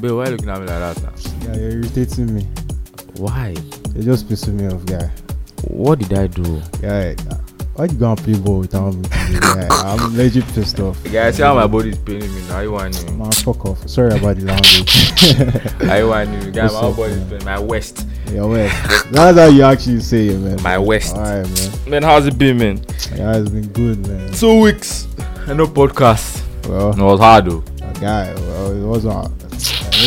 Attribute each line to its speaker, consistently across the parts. Speaker 1: Bill, why you looking at me like that ah? now?
Speaker 2: Yeah, you're irritating me.
Speaker 1: Why?
Speaker 2: You're just pissing me off, guy.
Speaker 1: What did I do?
Speaker 2: Guy, why you gonna play ball without me? today, guy? I'm legit pissed off.
Speaker 1: Guys, see how my body is paining me now. Are you want me?
Speaker 2: Man, fuck off. Sorry about the language.
Speaker 1: Are you want me? Guys,
Speaker 2: What's
Speaker 1: my
Speaker 2: up,
Speaker 1: body is
Speaker 2: man?
Speaker 1: paining my waist.
Speaker 2: Your way. That's how you actually say it, man.
Speaker 1: My waist.
Speaker 2: Alright, man.
Speaker 1: Man, how's it been, man?
Speaker 2: Yeah, it's been good, man.
Speaker 1: Two weeks. And no podcast.
Speaker 2: Well,
Speaker 1: No, it was hard though.
Speaker 2: guy, well, it wasn't.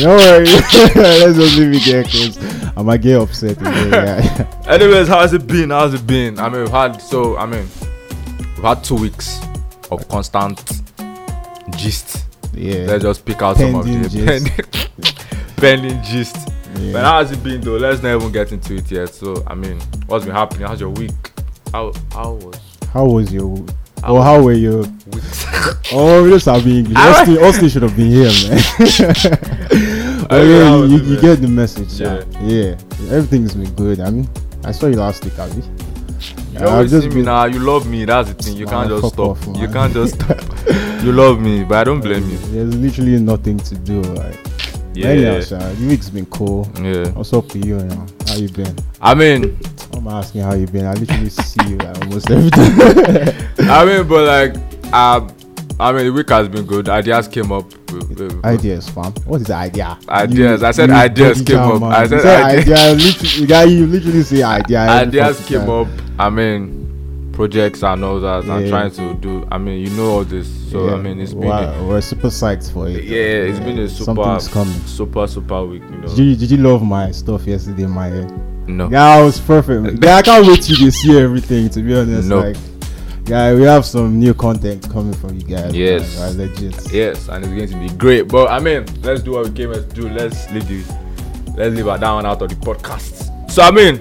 Speaker 2: Don't worry. Let's just leave it there, cause I might get upset again, guy.
Speaker 1: Anyways, how's it been? How's it been? I mean, we've had so I mean, we've had two weeks of constant gist.
Speaker 2: Yeah.
Speaker 1: Let's just pick out some
Speaker 2: Pending
Speaker 1: of the
Speaker 2: gist.
Speaker 1: pending, pending gist. But
Speaker 2: yeah.
Speaker 1: how's it been though? Let's not even get into it yet. So I mean, what's been happening? How's your week? How how was
Speaker 2: How was your?
Speaker 1: how
Speaker 2: Or how were your?
Speaker 1: was weeks?
Speaker 2: Oh, we just have been English.
Speaker 1: I-
Speaker 2: Austin, Austin should have been here, man.
Speaker 1: I
Speaker 2: but
Speaker 1: don't know
Speaker 2: yeah,
Speaker 1: how
Speaker 2: you,
Speaker 1: it is,
Speaker 2: you
Speaker 1: man.
Speaker 2: get the message.
Speaker 1: Yeah.
Speaker 2: Yeah. yeah, everything's been good. I mean, I saw you last week, Abby.
Speaker 1: you
Speaker 2: Yeah,
Speaker 1: always
Speaker 2: I've just
Speaker 1: see me
Speaker 2: been-
Speaker 1: now. You love me. That's the thing. You
Speaker 2: Man,
Speaker 1: can't just
Speaker 2: fuck
Speaker 1: stop.
Speaker 2: off,
Speaker 1: you
Speaker 2: man.
Speaker 1: can't just stop. You love me, but I don't blame you.
Speaker 2: There's literally nothing to do. Like,
Speaker 1: Yeah.
Speaker 2: Anyhow, sha, the week's been cool.
Speaker 1: yeah.
Speaker 2: What's up with you? You know? How you been?
Speaker 1: I mean,
Speaker 2: I'm asking how you been. I literally see you like, almost every day.
Speaker 1: I mean, but like, um, I mean, the week has been good. Ideas came up. With, with,
Speaker 2: ideas, fam. What is the idea?
Speaker 1: Ideas.
Speaker 2: You-
Speaker 1: I said
Speaker 2: you
Speaker 1: ideas
Speaker 2: bloody
Speaker 1: came up.
Speaker 2: man.
Speaker 1: I
Speaker 2: You
Speaker 1: said
Speaker 2: idea. literally, you guy, you literally say idea. every
Speaker 1: ideas
Speaker 2: fucking
Speaker 1: came
Speaker 2: time.
Speaker 1: up. I mean, projects and all that. I'm
Speaker 2: Yeah.
Speaker 1: trying to do. I mean, you know all this. So I
Speaker 2: Yeah,
Speaker 1: mean, it's been.
Speaker 2: wow, we're super psyched for
Speaker 1: Yeah,
Speaker 2: it.
Speaker 1: it's been a super,
Speaker 2: Something's coming.
Speaker 1: super, super week. You know.
Speaker 2: Did you, did you love my stuff yesterday, my hair?
Speaker 1: no.
Speaker 2: Yeah, I was perfect. Yeah, I can't wait till you see everything. To be honest,
Speaker 1: No.
Speaker 2: like, yeah, we have some new content coming from you guys. man.
Speaker 1: Yes.
Speaker 2: Like, legit.
Speaker 1: Yes, and it's going to be great. But I mean, let's do what we came here to do. Let's leave the, let's leave that down out of the podcast. So I mean,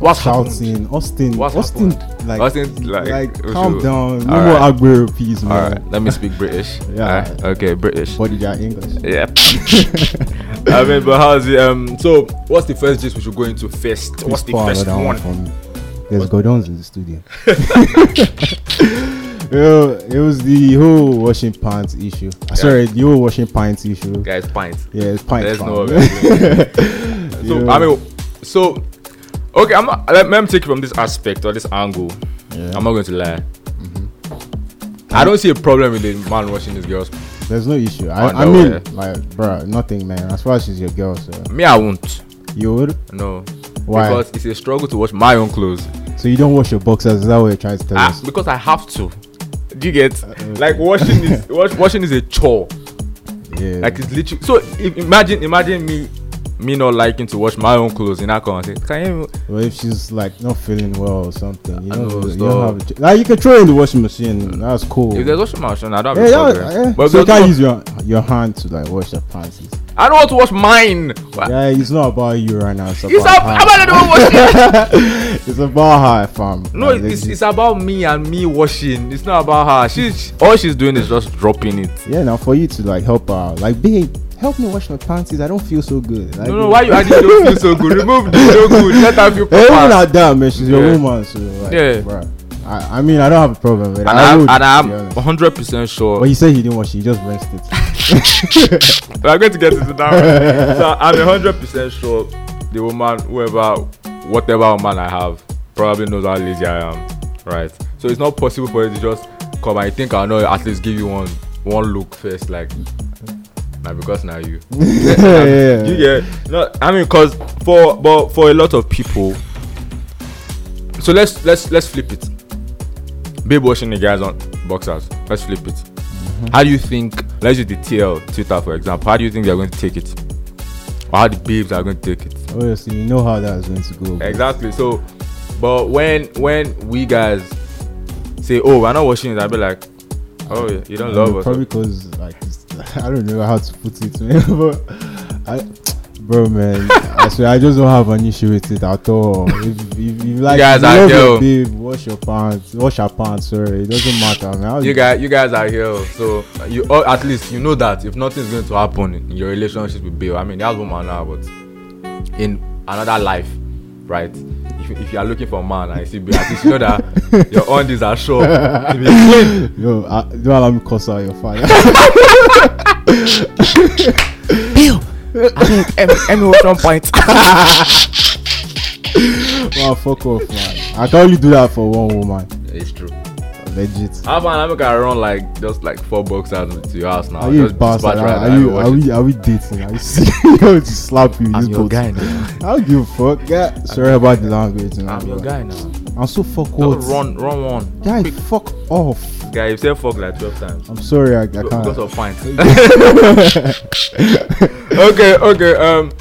Speaker 1: what's happening?
Speaker 2: shouting, Austin?
Speaker 1: What's
Speaker 2: Austin?
Speaker 1: happened?
Speaker 2: Like,
Speaker 1: Austin, like-
Speaker 2: like, calm
Speaker 1: All
Speaker 2: down. No
Speaker 1: right.
Speaker 2: more Aguero, please, man.
Speaker 1: All right, let me speak British.
Speaker 2: Yeah.
Speaker 1: Alright, Okay, British.
Speaker 2: What did you English?
Speaker 1: Yeah. I mean, but how's it? Um, so what's the first gist we should go into first? What's the
Speaker 2: Spoil
Speaker 1: first
Speaker 2: that
Speaker 1: one?
Speaker 2: for me. There's Godons in the studio. Yo, it was the whole washing pants issue. Sorry, the whole washing pants issue.
Speaker 1: Guys, pints.
Speaker 2: Yeah, it's pants.
Speaker 1: There's no
Speaker 2: fam.
Speaker 1: other So
Speaker 2: Yeah.
Speaker 1: I mean, so okay, I'm not. Let, let me take it from this aspect or this angle.
Speaker 2: Yeah. Mm-hmm.
Speaker 1: I'm not going to lie. I don't see a problem with the man washing his girls.
Speaker 2: There's no issue. I,
Speaker 1: Oh,
Speaker 2: I
Speaker 1: no
Speaker 2: mean,
Speaker 1: way.
Speaker 2: like, bruh, nothing, man. As far as she's your girl, so
Speaker 1: Me, I won't.
Speaker 2: you would.
Speaker 1: No.
Speaker 2: Why?
Speaker 1: Because it's a struggle to wash my own clothes.
Speaker 2: So you don't wash your boxers. Is that what you're trying to tell
Speaker 1: Ah,
Speaker 2: us?
Speaker 1: because I have to. Do you get? Like washing is wash, washing is a chore.
Speaker 2: Uh, Yeah.
Speaker 1: Like it's literally. So if, imagine imagine me me not liking to wash my own clothes and I come and say, can you?
Speaker 2: Well, if she's like not feeling well or something, you
Speaker 1: I
Speaker 2: know,
Speaker 1: know,
Speaker 2: you
Speaker 1: stop.
Speaker 2: don't have a ch- like you can throw it in the washing machine. That's cool.
Speaker 1: If there's washing machine, I don't
Speaker 2: Yeah,
Speaker 1: have a
Speaker 2: yeah,
Speaker 1: problem.
Speaker 2: yeah.
Speaker 1: But
Speaker 2: so you
Speaker 1: because
Speaker 2: can't
Speaker 1: no-
Speaker 2: use your your hand to like wash your pants. It's-
Speaker 1: I don't want to wash mine. Wha-
Speaker 2: Yeah, it's not about you right now. It's about
Speaker 1: It's ab-
Speaker 2: her.
Speaker 1: I'm not the one washing.
Speaker 2: it's about her, fam.
Speaker 1: No,
Speaker 2: Like,
Speaker 1: it's,
Speaker 2: legit.
Speaker 1: it's about me and me washing. It's not about her. She's all she's doing is just dropping it.
Speaker 2: yeah. Now for you to like help her, out. like babe, help me wash my pants. I don't feel so good. Like,
Speaker 1: No, no, why you adding don't feel so good? Remove the so good. Let her feel
Speaker 2: Hey, Even
Speaker 1: proper.
Speaker 2: like that, man. She's your
Speaker 1: Yeah.
Speaker 2: woman, so like,
Speaker 1: Yeah.
Speaker 2: yeah. Bruh, I, I mean, I don't have a problem with it.
Speaker 1: And
Speaker 2: I
Speaker 1: I'm,
Speaker 2: would,
Speaker 1: and
Speaker 2: to be
Speaker 1: I'm
Speaker 2: honest.
Speaker 1: 100% sure.
Speaker 2: But you said you didn't wash it. You just rinsed it.
Speaker 1: I'm going to get into that one. So I'm 100% sure the woman, whoever, whatever woman I have, probably knows how lazy I am. Right? So it's not possible for you to just come. I think I know, at least give you one one look first. Like, now because now you.
Speaker 2: yeah.
Speaker 1: You get no. I mean, cause for but for a lot of people. So let's let's let's flip it. Babe washing the guys on boxers. Let's flip it. How do you think? Let's use the TL Twitter for example. How do you think they're going to take it? Or how the babes are going to take it?
Speaker 2: Obviously, you know how that is going to go. bro.
Speaker 1: Exactly. So, but when when we guys say, "Oh, we're not washing it," I'll be like, "Oh, yeah, you don't
Speaker 2: I mean,
Speaker 1: love us."
Speaker 2: Um, Probably because like it's- I don't know how to put it, man. but I, bro, man, I swear I just don't have an issue with it at all. If if, if you like
Speaker 1: guys
Speaker 2: you
Speaker 1: are
Speaker 2: love your
Speaker 1: dope.
Speaker 2: babe, wash your pants, wash your pants. Sorry, it doesn't matter, man. How
Speaker 1: you guys you guys are here so you all at least you know that if nothing's going to happen in your relationship with Bill I mean that's woman now but in another life right if, if you are looking for a man and you see Bill at least you know that your undies are sure to be clean
Speaker 2: Yo, uh, don't allow me to cuss out your father.
Speaker 1: Bill I think Emmy, Emmy was on point.
Speaker 2: Wow, fuck off, man. I can only do that for one woman.
Speaker 1: it's true. Ah,
Speaker 2: Legit.
Speaker 1: How about I make I run like just like four boxers to your house now?
Speaker 2: Are you a
Speaker 1: Ah, just
Speaker 2: bastard?
Speaker 1: dispatch right
Speaker 2: Are,
Speaker 1: now,
Speaker 2: are you
Speaker 1: watch
Speaker 2: are
Speaker 1: it.
Speaker 2: we are we dating? Are you serious? I'll just slap you. with
Speaker 3: I'm
Speaker 2: this
Speaker 3: your
Speaker 2: boat.
Speaker 3: guy now.
Speaker 2: I don't give a fuck. Yeah, sorry about the language. man,
Speaker 1: I'm your
Speaker 2: but
Speaker 1: guy now.
Speaker 2: I'm so fuck
Speaker 1: Just
Speaker 2: off.
Speaker 1: run, run one.
Speaker 2: Guy, fuck off.
Speaker 1: Guy, you said fuck like 12 times.
Speaker 2: I'm sorry, I, I
Speaker 1: Because
Speaker 2: can't.
Speaker 1: of fines. okay, okay. Um,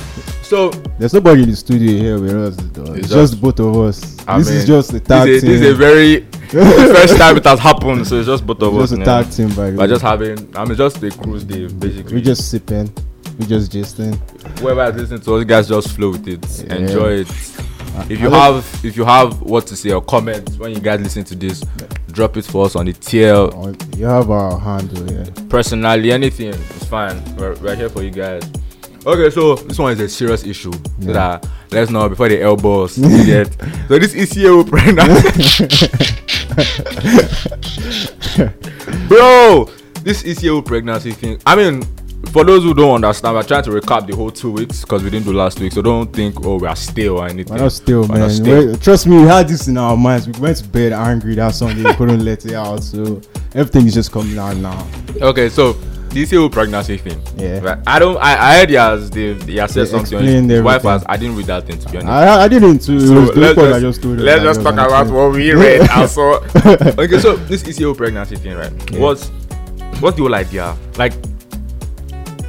Speaker 1: so
Speaker 2: There's nobody in the studio here with us. though. It's,
Speaker 1: It's
Speaker 2: just, both of us.
Speaker 1: I
Speaker 2: this is
Speaker 1: mean,
Speaker 2: just a tag
Speaker 1: this is, a,
Speaker 2: team.
Speaker 1: this is a very the first time it has happened. So it's just both of
Speaker 2: It's
Speaker 1: us.
Speaker 2: just a
Speaker 1: now.
Speaker 2: tag team, by the
Speaker 1: We're
Speaker 2: way.
Speaker 1: just having, I mean, just a cruise day, basically.
Speaker 2: we just sipping. We just gisting.
Speaker 1: whoever is listening to us, guys, just flow with it,
Speaker 2: Yeah.
Speaker 1: enjoy it. If you
Speaker 2: I don't-
Speaker 1: have, if you have what to say or comments when you guys listen to this, drop it for us on the TL.
Speaker 2: Oh, You have our handle here.
Speaker 1: Personally, anything it's fine. We're, we're here for you guys. Okay, so this one is a serious issue. So
Speaker 2: Yeah.
Speaker 1: that let's know before they elbow us. idiot. So this E ECAO pregnancy, bro. This ECAO pregnancy thing. I mean, for those who don't understand, we're trying to recap the whole two weeks because we didn't do last week. So don't think oh we are still or anything.
Speaker 2: We're not still,
Speaker 1: We're not
Speaker 2: man.
Speaker 1: still.
Speaker 2: We're- trust me, we had this in our minds. We went to bed angry that Sunday. we couldn't let it out. So everything is just coming out now.
Speaker 1: Okay, so this whole pregnancy thing.
Speaker 2: Yeah.
Speaker 1: Right. I don't. I, I heard he has. They, he has said
Speaker 2: They
Speaker 1: something.
Speaker 2: explained
Speaker 1: His wife
Speaker 2: everything.
Speaker 1: has. I didn't read that thing to be honest.
Speaker 2: I, I didn't too. It
Speaker 1: So
Speaker 2: was the
Speaker 1: let's
Speaker 2: report I
Speaker 1: just,
Speaker 2: just told
Speaker 1: let's
Speaker 2: them
Speaker 1: just
Speaker 2: that
Speaker 1: talk
Speaker 2: I
Speaker 1: about
Speaker 2: was
Speaker 1: what we read. I saw. Okay, so this ECO pregnancy thing, right?
Speaker 2: Yeah.
Speaker 1: What's what's the whole idea? Like,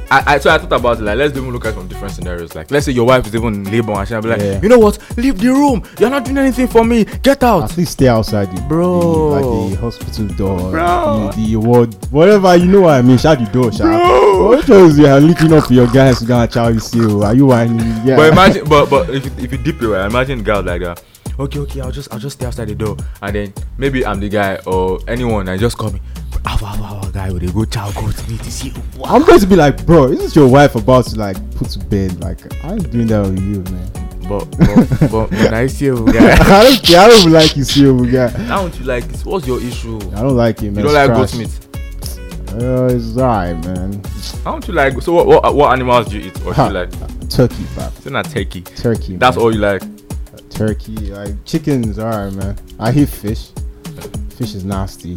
Speaker 1: I, I so I thought about it. Like, let's even look at some different scenarios. Like, let's say your wife is even in labor and she'll be like,
Speaker 2: Yeah.
Speaker 1: you know what? Leave the room. You're not doing anything for me. Get out.
Speaker 2: At least stay outside the
Speaker 1: Bro.
Speaker 2: the, like the hospital door,
Speaker 1: Bro.
Speaker 2: The, the ward, whatever you know what I mean. Shut the door, shut.
Speaker 1: Bro.
Speaker 2: What else you are looking up for your guys? You gonna chow you see? oh, Are you whining? Yeah.
Speaker 1: But imagine, but but if you- if you deep it, right, imagine girls like that. Okay, okay, I'll just I'll just stay outside the door, and then maybe I'm the guy or anyone, and just call me. Our our our guy with a good child go to me to see. you."
Speaker 2: I'm going to be like, bro, is this your wife about to like put to bed? Like, I ain't doing that with you, man.
Speaker 1: But but but when I see you, guy,
Speaker 2: I don't care. I don't like you, see, oh, guy.
Speaker 1: now you like this. What's your issue?
Speaker 2: I don't like you, man.
Speaker 1: You don't like goat
Speaker 2: It's
Speaker 1: meat.
Speaker 2: trash. Uh, it's alright, man.
Speaker 1: How don't you like? So what what, what animals do you eat? Or do
Speaker 2: Ha.
Speaker 1: you like?
Speaker 2: Turkey, pap.
Speaker 1: It's not turkey.
Speaker 2: Turkey.
Speaker 1: That's
Speaker 2: man.
Speaker 1: all you like.
Speaker 2: Turkey, like chickens. Alright, man. I hate fish. Fish is nasty.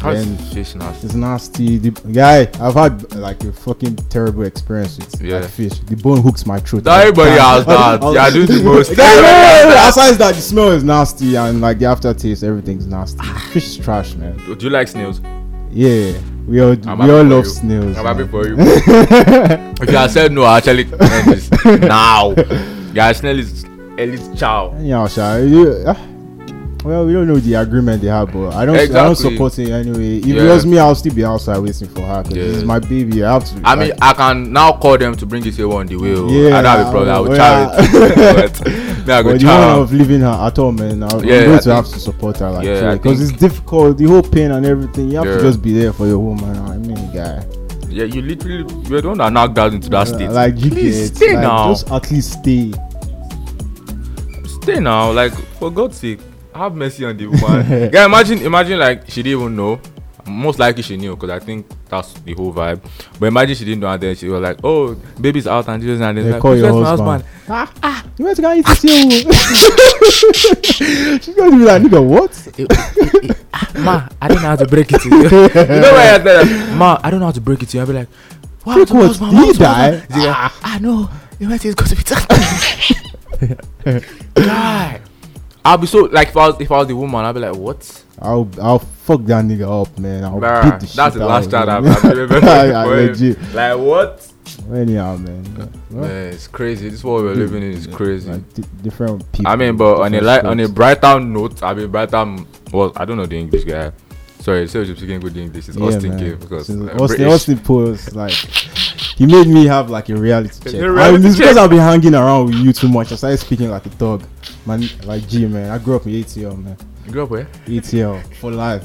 Speaker 1: How's
Speaker 2: Then-
Speaker 1: fish nasty?
Speaker 2: It's nasty. The guy, I've had like a fucking terrible experience with
Speaker 1: Yeah.
Speaker 2: like, fish. The bone hooks my throat.
Speaker 1: Everybody has
Speaker 2: Like,
Speaker 1: that.
Speaker 2: I was-
Speaker 1: Yeah, this is the most.
Speaker 2: Yeah, yeah, yeah, yeah. Aside that, the smell is nasty and like the aftertaste, everything's nasty. Fish is trash, man.
Speaker 1: Do you like snails?
Speaker 2: Yeah, we all
Speaker 1: I'm
Speaker 2: we
Speaker 1: happy
Speaker 2: all
Speaker 1: for
Speaker 2: love
Speaker 1: you.
Speaker 2: snails.
Speaker 1: I'm
Speaker 2: man.
Speaker 1: happy for you. if you had said no, I actually end this now. Yeah, snail is elite chow.
Speaker 2: Anyhow, sha, you- ah, well, we don't know the agreement they have, but I don't I
Speaker 1: Exactly.
Speaker 2: don't support it anyway. If
Speaker 1: Yeah.
Speaker 2: it was me, I'll still be outside waiting for her because this is
Speaker 1: Yeah.
Speaker 2: my baby. I have to.
Speaker 1: I mean,
Speaker 2: like,
Speaker 1: I can now call them to bring it here on the wheel.
Speaker 2: Yeah, oh,
Speaker 1: I don't have a problem. I will chow
Speaker 2: yeah.
Speaker 1: it. but, yeah, I go
Speaker 2: but the one
Speaker 1: chow.
Speaker 2: of leaving her at all, man, I- I'm
Speaker 1: Yeah, I
Speaker 2: going
Speaker 1: think-
Speaker 2: to have to support her like
Speaker 1: Yeah, I
Speaker 2: because
Speaker 1: think-
Speaker 2: it's difficult. The whole pain and everything, you have
Speaker 1: Yeah.
Speaker 2: to just be there for your woman. I mean, guy,
Speaker 1: Yeah, you literally, you're the one that knocked out into that state.
Speaker 2: like you
Speaker 1: Please
Speaker 2: get,
Speaker 1: stay
Speaker 2: like,
Speaker 1: now.
Speaker 2: just at least stay.
Speaker 1: stay now like for god's sake have mercy on the woman yeah imagine imagine like she didn't even know most likely she knew because i think that's the whole vibe but imagine she didn't know and then she was like oh baby's out and this and then
Speaker 2: They
Speaker 1: like,
Speaker 2: call
Speaker 1: "Please
Speaker 2: your
Speaker 1: where's my
Speaker 2: husband." Ah, You want to go eat this here? She's going to be like, nigga, what?
Speaker 1: Eh, ah,
Speaker 3: Ma, I don't know how to break it to you.
Speaker 1: you know why I said that?
Speaker 3: Ma, I don't know how to break it to you. I'll be like,
Speaker 1: Ah,
Speaker 3: wow,
Speaker 2: Break what? Did he die?
Speaker 3: Ah, ah, no. The went is going to be tough.
Speaker 1: Guy, i'll be so like if i was if i was the woman i'll be like what
Speaker 2: I'll I'll fuck that nigga up, man. I'll
Speaker 1: Bruh,
Speaker 2: beat the shit
Speaker 1: that's the
Speaker 2: out
Speaker 1: last
Speaker 2: of
Speaker 1: child
Speaker 2: him.
Speaker 1: i've I've ever
Speaker 2: I- I legit.
Speaker 1: like what
Speaker 2: Anyhow, man. Well,
Speaker 1: man it's crazy this world we're living in is crazy
Speaker 2: like, di- different people.
Speaker 1: I mean, but on a
Speaker 2: different
Speaker 1: light, on a
Speaker 2: strokes.
Speaker 1: brighter note, I mean, brighter. Well, I don't know the English guy. Sorry, say you're speaking good English. It's Austin
Speaker 2: man.
Speaker 1: K because
Speaker 2: Since
Speaker 1: uh,
Speaker 2: Austin,
Speaker 1: British.
Speaker 2: Austin post like he made me have like a reality check.
Speaker 1: a
Speaker 2: I mean,
Speaker 1: reality
Speaker 2: it's because
Speaker 1: check.
Speaker 2: I've been hanging around with you too much. I started speaking like a dog, man. Like G, man. I grew up in ATL, man.
Speaker 1: You grew up where?
Speaker 2: ATL for life.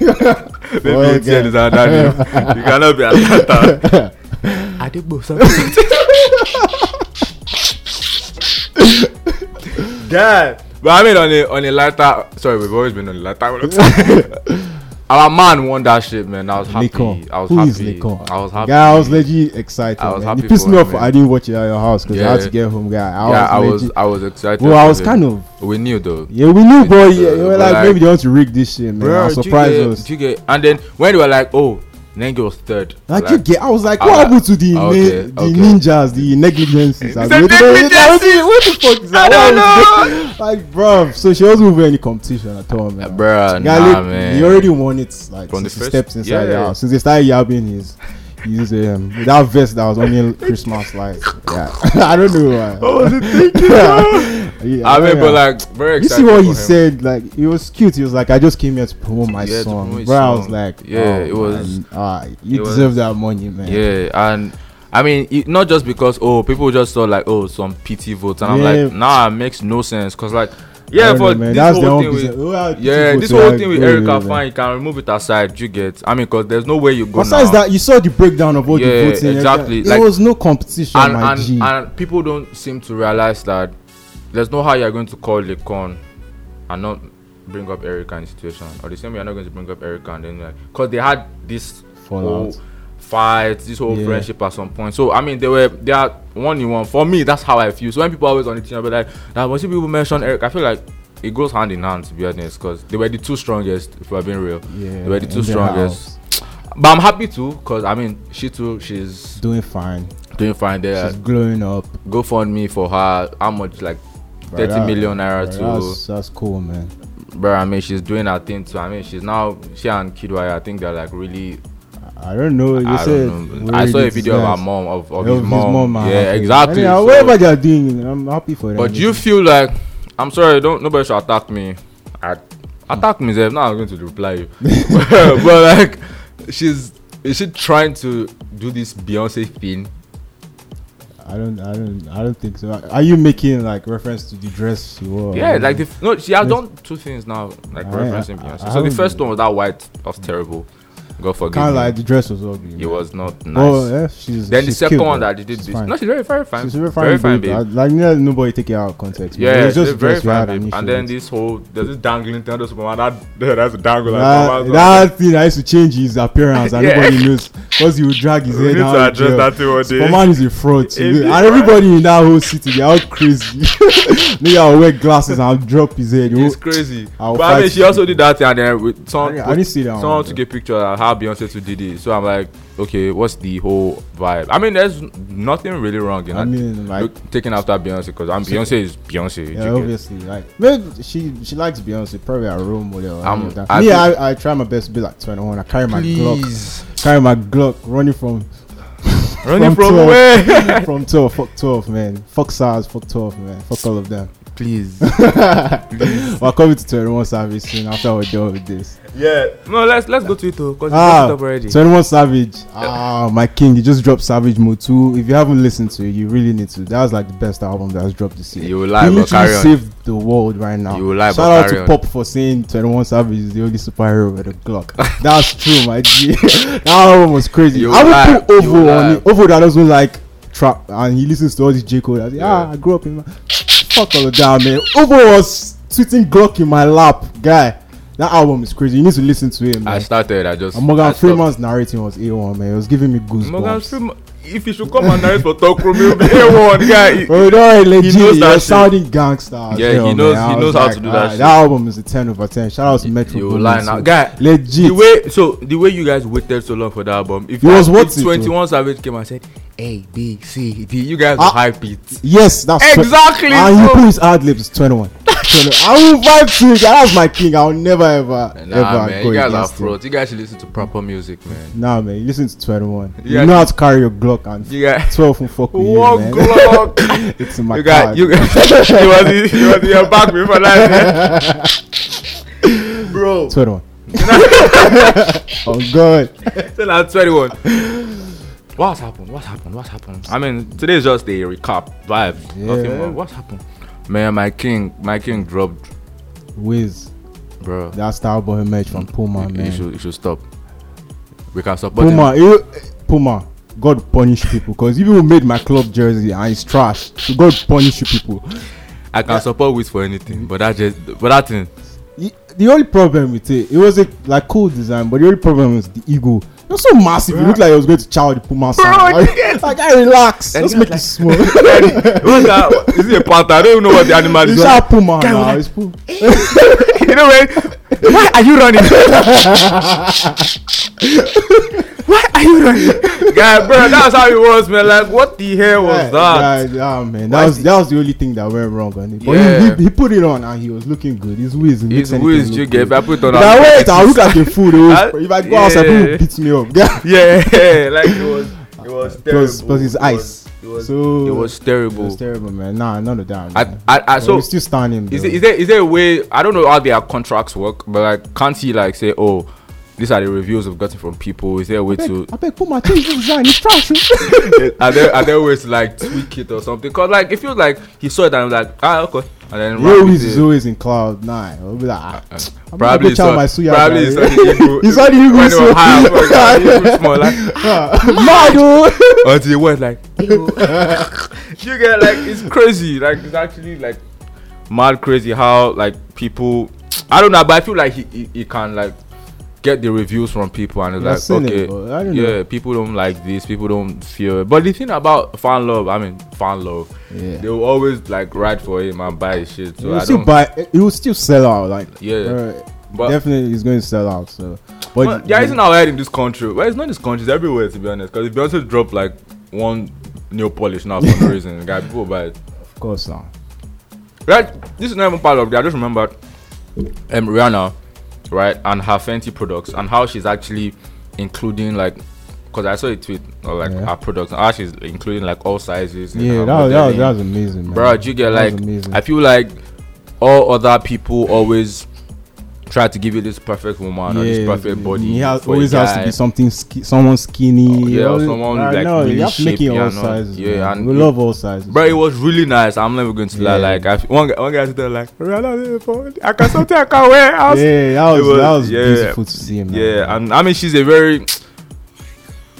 Speaker 1: Maybe
Speaker 2: Oh,
Speaker 1: it's here,
Speaker 2: okay.
Speaker 1: it's another name. You cannot be Atlanta.
Speaker 3: I did both. something.
Speaker 1: God. But I mean, on a on a lighter. Sorry, we've always been on a lighter. Our man won that shit, man. I was happy.
Speaker 2: Nikon.
Speaker 1: I was
Speaker 2: Who
Speaker 1: happy.
Speaker 2: is Nikon?
Speaker 1: I was happy.
Speaker 2: Guy, I was legit excited.
Speaker 1: I was
Speaker 2: man.
Speaker 1: happy
Speaker 2: you pissed
Speaker 1: for
Speaker 2: me
Speaker 1: him,
Speaker 2: off.
Speaker 1: man.
Speaker 2: I didn't watch it at your house because I had
Speaker 1: Yeah.
Speaker 2: to get home, guy. I
Speaker 1: yeah,
Speaker 2: was
Speaker 1: I was
Speaker 2: legit.
Speaker 1: I was excited.
Speaker 2: well, I
Speaker 1: for
Speaker 2: was
Speaker 1: him.
Speaker 2: kind of.
Speaker 1: We knew though.
Speaker 2: Yeah, we knew, but yeah,
Speaker 1: Uh,
Speaker 2: you were
Speaker 1: but
Speaker 2: like,
Speaker 1: like-
Speaker 2: maybe they want to rig this shit, man.
Speaker 1: Bro,
Speaker 2: I surprised
Speaker 1: Chike-
Speaker 2: us.
Speaker 1: Chike- And then when they were like, oh, Nengi was third.
Speaker 2: Like,
Speaker 1: Like,
Speaker 2: you get, I was like,
Speaker 1: I
Speaker 2: what
Speaker 1: was
Speaker 2: happened to the
Speaker 1: okay,
Speaker 2: na- the
Speaker 1: okay.
Speaker 2: ninjas, the negligences? I
Speaker 1: It's
Speaker 2: was
Speaker 1: a
Speaker 2: like, what the-
Speaker 1: negligency!
Speaker 2: What the fuck is
Speaker 1: I
Speaker 2: that?
Speaker 1: don't
Speaker 2: What is this? Like, bro, so she wasn't even any competition at all, man.
Speaker 1: Bruh,
Speaker 2: Guy,
Speaker 1: nah,
Speaker 2: look,
Speaker 1: man.
Speaker 2: He already won it like
Speaker 1: From
Speaker 2: since
Speaker 1: the
Speaker 2: he
Speaker 1: first-
Speaker 2: steps inside
Speaker 1: yeah,
Speaker 2: the
Speaker 1: yeah.
Speaker 2: house. Since they started yabbing his his um that vest that was only Christmas lights. Yeah. I don't know why. What was it thinking? yeah,
Speaker 1: I mean,
Speaker 2: yeah.
Speaker 1: but like, very
Speaker 2: you
Speaker 1: excited.
Speaker 2: see what
Speaker 1: for
Speaker 2: he
Speaker 1: him.
Speaker 2: said? Like he was cute. He was like, "I just came here to promote my
Speaker 1: Yeah, to
Speaker 2: song."
Speaker 1: promote his
Speaker 2: Bro, I was
Speaker 1: song.
Speaker 2: like,
Speaker 1: Yeah,
Speaker 2: oh,
Speaker 1: it was-
Speaker 2: man, ah, you
Speaker 1: it was-
Speaker 2: deserve that money, man."
Speaker 1: Yeah, and I mean, it, not just because oh, people just thought like oh, some pity votes, and I'm
Speaker 2: Yeah.
Speaker 1: like, nah, it makes no sense, cause like,
Speaker 2: I
Speaker 1: yeah,
Speaker 2: don't
Speaker 1: for
Speaker 2: know, man.
Speaker 1: this
Speaker 2: That's their
Speaker 1: whole
Speaker 2: own
Speaker 1: thing with.
Speaker 2: business. Well,
Speaker 1: Yeah,
Speaker 2: "Oh, people
Speaker 1: this
Speaker 2: to
Speaker 1: whole
Speaker 2: like
Speaker 1: thing with
Speaker 2: go
Speaker 1: Erica
Speaker 2: anywhere.
Speaker 1: Fine, you can remove it aside. You get, I mean, because there's no way you go
Speaker 2: Besides
Speaker 1: now.
Speaker 2: that, you saw the breakdown of all
Speaker 1: Yeah,
Speaker 2: the voting.
Speaker 1: exactly.
Speaker 2: There
Speaker 1: Like-
Speaker 2: was no competition,
Speaker 1: and
Speaker 2: my
Speaker 1: and,
Speaker 2: G.
Speaker 1: and people don't seem to realize that there's no how you're going to call Lecon and not bring up Erica in the situation, or the same way you're not going to bring up Erica and then like, cause they had this whole
Speaker 2: Fallout.
Speaker 1: fight, this whole
Speaker 2: Yeah.
Speaker 1: friendship at some point. So I mean, they were they are one in one. For me, that's how I feel. So when people always on the team, I'll be like, now when people mention Eric, I feel like it goes hand in hand to be honest, because they were the two strongest. If we're being real,
Speaker 2: Yeah,
Speaker 1: they were the
Speaker 2: in
Speaker 1: two
Speaker 2: the
Speaker 1: strongest. But I'm happy too, cause I mean, she too, she's
Speaker 2: doing fine.
Speaker 1: doing fine there.
Speaker 2: She's glowing up.
Speaker 1: GoFundMe for her. How much? Like
Speaker 2: Bro,
Speaker 1: thirty
Speaker 2: that-
Speaker 1: million naira
Speaker 2: bro,
Speaker 1: to.
Speaker 2: That's, that's cool, man.
Speaker 1: Bro, I mean, she's doing her thing too. I mean, she's now she and Kidwai. I think they're like really.
Speaker 2: I don't know. You
Speaker 1: I,
Speaker 2: said
Speaker 1: don't know.
Speaker 2: we're
Speaker 1: I saw a
Speaker 2: really
Speaker 1: video of
Speaker 2: disguised.
Speaker 1: her mom of, of
Speaker 2: Of uh,
Speaker 1: his, mom.
Speaker 2: and
Speaker 1: Yeah,
Speaker 2: her
Speaker 1: exactly.
Speaker 2: family. Anyhow,
Speaker 1: So-
Speaker 2: whatever they're doing, I'm happy for them.
Speaker 1: but do you feel like I'm sorry. Don't nobody should attack me. I, attack me, Zev. Now I'm going to reply you. but like, she's is she trying to do this Beyonce thing?
Speaker 2: I don't, I don't, I don't think so. Are you making like reference to the dress she wore?
Speaker 1: yeah, like the f- no, she has
Speaker 2: Yes.
Speaker 1: done two things now, like
Speaker 2: I-
Speaker 1: referencing
Speaker 2: I- I
Speaker 1: Beyonce. so the
Speaker 2: haven't-
Speaker 1: first one was that white. That was terrible. God forgive
Speaker 2: kind
Speaker 1: me.
Speaker 2: of like the dress was ugly.
Speaker 1: It
Speaker 2: man.
Speaker 1: was not nice.
Speaker 2: Oh, yeah, she's.
Speaker 1: then the
Speaker 2: she's
Speaker 1: second
Speaker 2: cute,
Speaker 1: one
Speaker 2: though.
Speaker 1: that they did
Speaker 2: She's
Speaker 1: this.
Speaker 2: fine.
Speaker 1: No, she's very, very fine.
Speaker 2: She's very fine, babe. I- Like you know, nobody take it out of context. man.
Speaker 1: Yeah,
Speaker 2: it's just
Speaker 1: she's very
Speaker 2: dress we
Speaker 1: fine,
Speaker 2: had an
Speaker 1: babe.
Speaker 2: issue
Speaker 1: And then
Speaker 2: with.
Speaker 1: this whole there's this dangling thing. That's one. That that's a dangle. Like,
Speaker 2: that,
Speaker 1: mama's like-
Speaker 2: that thing that used to change his appearance and
Speaker 1: Yeah.
Speaker 2: nobody knows because he would drag his
Speaker 1: we
Speaker 2: head
Speaker 1: need
Speaker 2: out.
Speaker 1: to
Speaker 2: of
Speaker 1: address
Speaker 2: jail.
Speaker 1: that thing one day.
Speaker 2: Superman is a fraud to
Speaker 1: If
Speaker 2: me.
Speaker 1: he-
Speaker 2: and everybody in that whole city they all crazy. Nigga will wear glasses and drop his head.
Speaker 1: It's
Speaker 2: Oh,
Speaker 1: crazy.
Speaker 2: I'll
Speaker 1: but I mean,
Speaker 2: fight
Speaker 1: she
Speaker 2: you.
Speaker 1: also did that, thing and then with some,
Speaker 2: I didn't see that
Speaker 1: someone
Speaker 2: one.
Speaker 1: took a picture of how Beyonce too did it. So I'm like, okay, what's the whole vibe? I mean, there's nothing really wrong in
Speaker 2: I
Speaker 1: that.
Speaker 2: mean, like,
Speaker 1: Look, taking after Beyonce because I'm Beyonce is Beyonce.
Speaker 2: yeah,
Speaker 1: you get-
Speaker 2: obviously, like, maybe she she likes Beyonce, probably a role model.
Speaker 1: I'm-
Speaker 2: Yeah,
Speaker 1: I
Speaker 2: me,
Speaker 1: think-
Speaker 2: I, I try my best to be like 21. I carry my Glock,
Speaker 1: Please,
Speaker 2: carry my Glock, running from
Speaker 1: running
Speaker 2: From
Speaker 1: from
Speaker 2: 12.
Speaker 1: away.
Speaker 2: from 12. Fuck 12, man. Fuck SARS, fuck 12, man. Fuck all of them.
Speaker 3: Please.
Speaker 2: We're coming to 21 Savage soon after we're done with this.
Speaker 1: Yeah. No, let's let's go to it though, because
Speaker 2: Ah,
Speaker 1: it's up already.
Speaker 2: 21 Savage. Ah, my king. You just dropped Savage Mode 2. If you haven't listened to it, you really need to. That was like the best album that's dropped this year.
Speaker 1: You will lie,
Speaker 2: he
Speaker 1: but
Speaker 2: literally
Speaker 1: carry on.
Speaker 2: saved the world right now.
Speaker 1: You will lie,
Speaker 2: Shout
Speaker 1: but
Speaker 2: out
Speaker 1: carry
Speaker 2: to
Speaker 1: on.
Speaker 2: Pop for saying 21 Savage is the only superhero with a Glock. That's true, my G. that album was crazy.
Speaker 1: You
Speaker 2: I
Speaker 1: will lie,
Speaker 2: would put
Speaker 1: you
Speaker 2: Ovo
Speaker 1: will
Speaker 2: on
Speaker 1: lie.
Speaker 2: it. Ovo that doesn't like trap and he listens to all this J. Cole. I say,
Speaker 1: Yeah.
Speaker 2: ah, I grew up in my. Fuck all of that, man. Ovo was tweeting Glock in my lap, guy. That album is crazy. You need to listen to it, man.
Speaker 1: I started. I just
Speaker 2: And Morgan
Speaker 1: I stopped.
Speaker 2: Freeman's narrating was A1, man. It was giving me goosebumps.
Speaker 1: Morgan Freeman. If he should come and narrate for talk room, he'll be a one guy.
Speaker 2: Bro, no, legit,
Speaker 1: knows
Speaker 2: he
Speaker 1: that
Speaker 2: was
Speaker 1: shit.
Speaker 2: sounding gangster. as
Speaker 1: Yeah, he
Speaker 2: hell,
Speaker 1: knows-
Speaker 2: man.
Speaker 1: he
Speaker 2: I was
Speaker 1: knows how to do that
Speaker 2: alright,
Speaker 1: shit.
Speaker 2: That album is a 10 over 10. Shout out to Metro.
Speaker 1: You
Speaker 2: Boomin
Speaker 1: lie now,
Speaker 2: too.
Speaker 1: guy.
Speaker 2: Legit.
Speaker 1: The way so the way you guys waited so long for that album. If
Speaker 2: It was
Speaker 1: if
Speaker 2: worth it,
Speaker 1: 21 Savage came and said A B C D, you guys
Speaker 2: Ah.
Speaker 1: will hype it.
Speaker 2: yes, that's tw-
Speaker 1: Exactly,
Speaker 2: And he
Speaker 1: so-
Speaker 2: put his ad libs 21. 21. I will vibe to it. That's my king. I'll never ever
Speaker 1: Nah,
Speaker 2: ever
Speaker 1: man,
Speaker 2: go
Speaker 1: you guys are
Speaker 2: against him.
Speaker 1: frauds. You guys should listen to proper music, man.
Speaker 2: Nah, man, you listen to 21. You
Speaker 1: Yeah.
Speaker 2: know how to carry your Glock and
Speaker 1: You guys.
Speaker 2: 12 will fuck with you,
Speaker 1: One
Speaker 2: man.
Speaker 1: Glock.
Speaker 2: It's in my
Speaker 1: you got
Speaker 2: card.
Speaker 1: you got you was in- you was in your back before life, man. bro.
Speaker 2: 21. oh, God.
Speaker 1: Still at 21. What's happened? What's happened? What's happened? I mean, today's just a recap vibe. Nothing
Speaker 2: Yeah.
Speaker 1: more. What's happened? Man, my king, my king dropped,
Speaker 2: Wiz.
Speaker 1: bro.
Speaker 2: That Starboy merch from Puma,
Speaker 1: you, you
Speaker 2: man.
Speaker 1: should, you should stop. We can stop. But
Speaker 2: Puma, you, Puma, God punish people because you made my club jersey and it's trash. So God punish you people.
Speaker 1: I can support with for anything, but that just, but that thing,
Speaker 2: y- the only problem with it, it was a like cool design, but the only problem was the ego. It was so massive. It looked like it was going to chow the puma. sound. Like, like, I relax.
Speaker 3: And
Speaker 2: Just
Speaker 3: he was
Speaker 2: make it small.
Speaker 1: What's that? Is it a panther? I don't even know what the animal is.
Speaker 2: It's not puma
Speaker 3: Guy was
Speaker 2: now.
Speaker 3: like-
Speaker 2: It's puma.
Speaker 1: you know when? Why are you running?
Speaker 3: Why are you running?
Speaker 1: Guy, bro, that's how it was, man. Like, what the hell was
Speaker 2: Yeah,
Speaker 1: that?
Speaker 2: Yeah, yeah, man.
Speaker 1: Why
Speaker 2: That was
Speaker 1: did-
Speaker 2: that was the only thing that went wrong on it. But
Speaker 1: Yeah.
Speaker 2: he, he, he put it on and he was looking good. His whiz. he
Speaker 1: It's
Speaker 2: makes anything
Speaker 1: whiz
Speaker 2: look
Speaker 1: you
Speaker 2: good.
Speaker 1: get. If I put on
Speaker 2: Now wait, I look like a fool. they
Speaker 1: Huh?
Speaker 2: will- oh. If I go outside, people
Speaker 1: Yeah.
Speaker 2: will beat me up. Yeah.
Speaker 1: Yeah, like it was. It was terrible.
Speaker 2: Plus, plus his
Speaker 1: It was-
Speaker 2: eyes.
Speaker 1: It was.
Speaker 2: so
Speaker 1: It was
Speaker 2: it was
Speaker 1: terrible.
Speaker 2: terrible, man. Nah, none of that.
Speaker 1: I,
Speaker 2: man.
Speaker 1: I, I,
Speaker 2: But
Speaker 1: so
Speaker 2: we still standing.
Speaker 1: Is, there- is there is there a way? I don't know how their contracts work, but like, can't he like say, oh, these are the reviews I've gotten from people? Is there a way to?
Speaker 2: I beg, put my change this design. It's trash. oh.
Speaker 1: are there are there ways to like tweak it or something? Cause like it feels like he saw it and was like, ah, okay, and then ran
Speaker 2: Yo,
Speaker 1: with
Speaker 2: is
Speaker 1: it.
Speaker 2: is always in cloud nine. I'll be like, ah, I'm gonna
Speaker 1: Uh, Probably
Speaker 2: go chow
Speaker 1: saw,
Speaker 2: my suya,
Speaker 1: probably
Speaker 2: man.
Speaker 1: saw the eagle.
Speaker 2: He saw the
Speaker 1: when
Speaker 2: eagle,
Speaker 1: it was
Speaker 2: so-
Speaker 1: high up, like, ah, the eagle small, like,
Speaker 2: mad, oh.
Speaker 1: until it went like, you get like it's crazy. Like it's actually like mad crazy how like people. I don't know, but I feel like he he, he can like get the reviews from people and it's
Speaker 2: I've
Speaker 1: like
Speaker 2: seen it,
Speaker 1: okay,
Speaker 2: but I don't
Speaker 1: yeah,
Speaker 2: know.
Speaker 1: people don't like this, people don't feel. But the thing about fan love, I mean fan love,
Speaker 2: Yeah.
Speaker 1: they will always like write for him and buy his shit.
Speaker 2: He
Speaker 1: So
Speaker 2: will
Speaker 1: I
Speaker 2: still
Speaker 1: don't.
Speaker 2: buy. He will still sell out. Like
Speaker 1: Yeah.
Speaker 2: bruh,
Speaker 1: but
Speaker 2: definitely he's going to sell out. So, but,
Speaker 1: Well, there isn't our head in this country. Well, it's not in this country, it's everywhere to be honest. Because if Beyonce drop like one nail polish now for no reason, guy, people will buy it.
Speaker 2: of course now.
Speaker 1: Right, this is not even part of it. I just remembered um, Rihanna, right, and her Fenty products and how she's actually including like, because I saw a tweet of like
Speaker 2: Yeah.
Speaker 1: her products and how she's including like all sizes. in
Speaker 2: Yeah,
Speaker 1: her
Speaker 2: that was, that was
Speaker 1: modeling.
Speaker 2: that was amazing, man.
Speaker 1: bro. You get
Speaker 2: That was
Speaker 1: like,
Speaker 2: amazing.
Speaker 1: I feel like all other people always try to give you this perfect woman or this perfect body.
Speaker 2: He has,
Speaker 1: for a
Speaker 2: always has to
Speaker 1: guy. Oh,
Speaker 2: be something, ski, someone skinny.
Speaker 1: yeah, or
Speaker 2: always-
Speaker 1: someone
Speaker 2: I
Speaker 1: like
Speaker 2: know,
Speaker 1: really
Speaker 2: you have to make
Speaker 1: shapely
Speaker 2: it all
Speaker 1: and all.
Speaker 2: sizes.
Speaker 1: Yeah,
Speaker 2: man.
Speaker 1: and
Speaker 2: we
Speaker 1: it-
Speaker 2: love all sizes.
Speaker 1: Bro, it was really nice. I'm never going to lie.
Speaker 2: Yeah.
Speaker 1: Like I, f- one guy, one guy said that, like, "Rihanna, I can something I can wear. I was,
Speaker 2: yeah, that
Speaker 1: it
Speaker 2: was,
Speaker 1: was-
Speaker 2: that was
Speaker 1: yeah.
Speaker 2: beautiful to see him.
Speaker 1: Yeah, and I mean she's a very.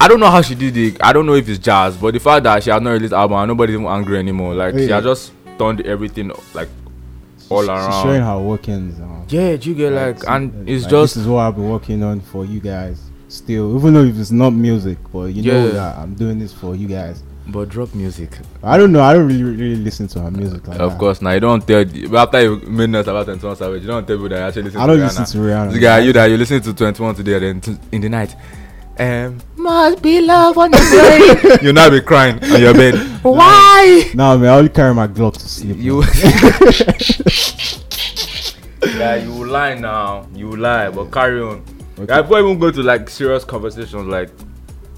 Speaker 1: I don't know how she did it. I don't know if it's jazz, but the fact that she has not released album, and nobody's even angry anymore. Like she
Speaker 2: Yeah.
Speaker 1: has just turned everything like all
Speaker 2: She's
Speaker 1: around.
Speaker 2: showing her workings. now.
Speaker 3: Yeah, you get like,
Speaker 2: Like,
Speaker 1: and it's
Speaker 2: like,
Speaker 1: just
Speaker 2: this is what I've been working on for you guys. Still, even though if it's not music, but you know
Speaker 1: Yeah.
Speaker 2: that I'm doing this for you guys.
Speaker 3: but drop music.
Speaker 2: I don't know. I don't really really listen to her music like
Speaker 1: of
Speaker 2: that.
Speaker 1: course now you don't tell. the- But after you made us about Twenty One Savage, you don't tell people that you actually listen.
Speaker 2: I don't
Speaker 1: to
Speaker 2: listen
Speaker 1: Rihanna.
Speaker 2: to Rihanna.
Speaker 1: This guy, you that you listen to Twenty One today, then t- in the night, um,
Speaker 3: Must be love on the brain.
Speaker 1: you'll not be crying on your bed.
Speaker 3: Why?
Speaker 2: Nah, man, I only carry my Glock to sleep.
Speaker 1: You. yeah, you lie now. You lie, but carry on.
Speaker 2: Okay.
Speaker 1: Yeah, before I even go to like serious conversations like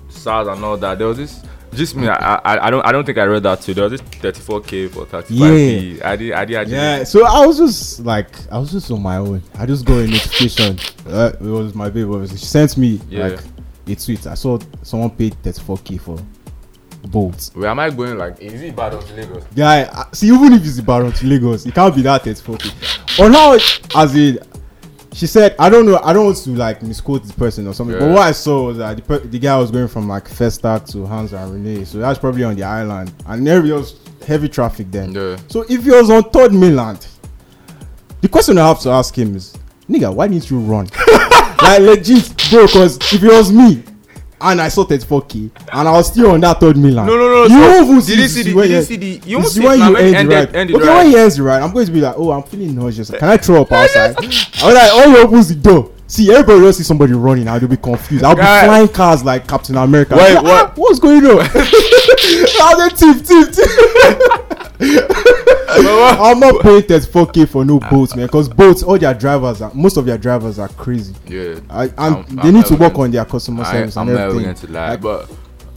Speaker 1: SARS and all that, there was this. Just me, I, I, I don't, I don't think I read that too. There was this 34k for 35p. I did, I did, I did.
Speaker 2: Yeah, so I was just like, I was just on my own. I just got a notification. Uh, it was my baby. Obviously. She sent me
Speaker 1: Yeah.
Speaker 2: like a tweet. I saw someone paid 34k for Bolt.
Speaker 1: Where am I going? Like, is it bad of Lagos?
Speaker 2: Guy, I- see, even if it's Baron to Lagos, it can't be that 34k. Or now, as in, she said, I don't know, I don't want to like misquote the person or something. But
Speaker 1: Yeah.
Speaker 2: what I saw was that the, per- the guy was going from like Festac to Hans and Renee, so that's probably on the island, and there was heavy traffic then.
Speaker 1: Yeah.
Speaker 2: So if he was on third mainland, the question I have to ask him is, nigga, why didn't you run? like legit, bro, because if it was me and I saw 34k and I was still on that third mainland,
Speaker 1: No, no, no.
Speaker 2: you
Speaker 1: so,
Speaker 2: won't even
Speaker 1: did you
Speaker 2: see
Speaker 1: see
Speaker 2: the-
Speaker 1: the,
Speaker 2: where
Speaker 1: did you
Speaker 2: you're-
Speaker 1: see the, you
Speaker 2: you
Speaker 1: won't
Speaker 2: see
Speaker 1: see
Speaker 2: when
Speaker 1: nah,
Speaker 2: you
Speaker 1: man,
Speaker 2: end,
Speaker 1: end
Speaker 2: the
Speaker 1: it,
Speaker 2: ride.
Speaker 1: end it
Speaker 2: okay,
Speaker 1: right.
Speaker 2: when you end the ride, I'm going to be like, oh, I'm feeling nauseous. Can I throw up outside? I was like, oh, he opens the door. See, everybody will see somebody running. I'll be confused. I'll be
Speaker 1: Guy.
Speaker 2: flying cars like Captain America.
Speaker 1: Wait,
Speaker 2: Like,
Speaker 1: what?
Speaker 2: "Ah, What's going on? I'll just tip, tip, tip. I'm not paying 34k for no boats, man. Because boats, all their drivers are, most of their drivers are crazy.
Speaker 1: Yeah.
Speaker 2: I, and
Speaker 1: I'm-
Speaker 2: they
Speaker 1: I'm
Speaker 2: need to
Speaker 1: never
Speaker 2: work
Speaker 1: gonna-
Speaker 2: on their customer
Speaker 1: I,
Speaker 2: service
Speaker 1: I'm
Speaker 2: and
Speaker 1: never
Speaker 2: everything.
Speaker 1: going to lie, but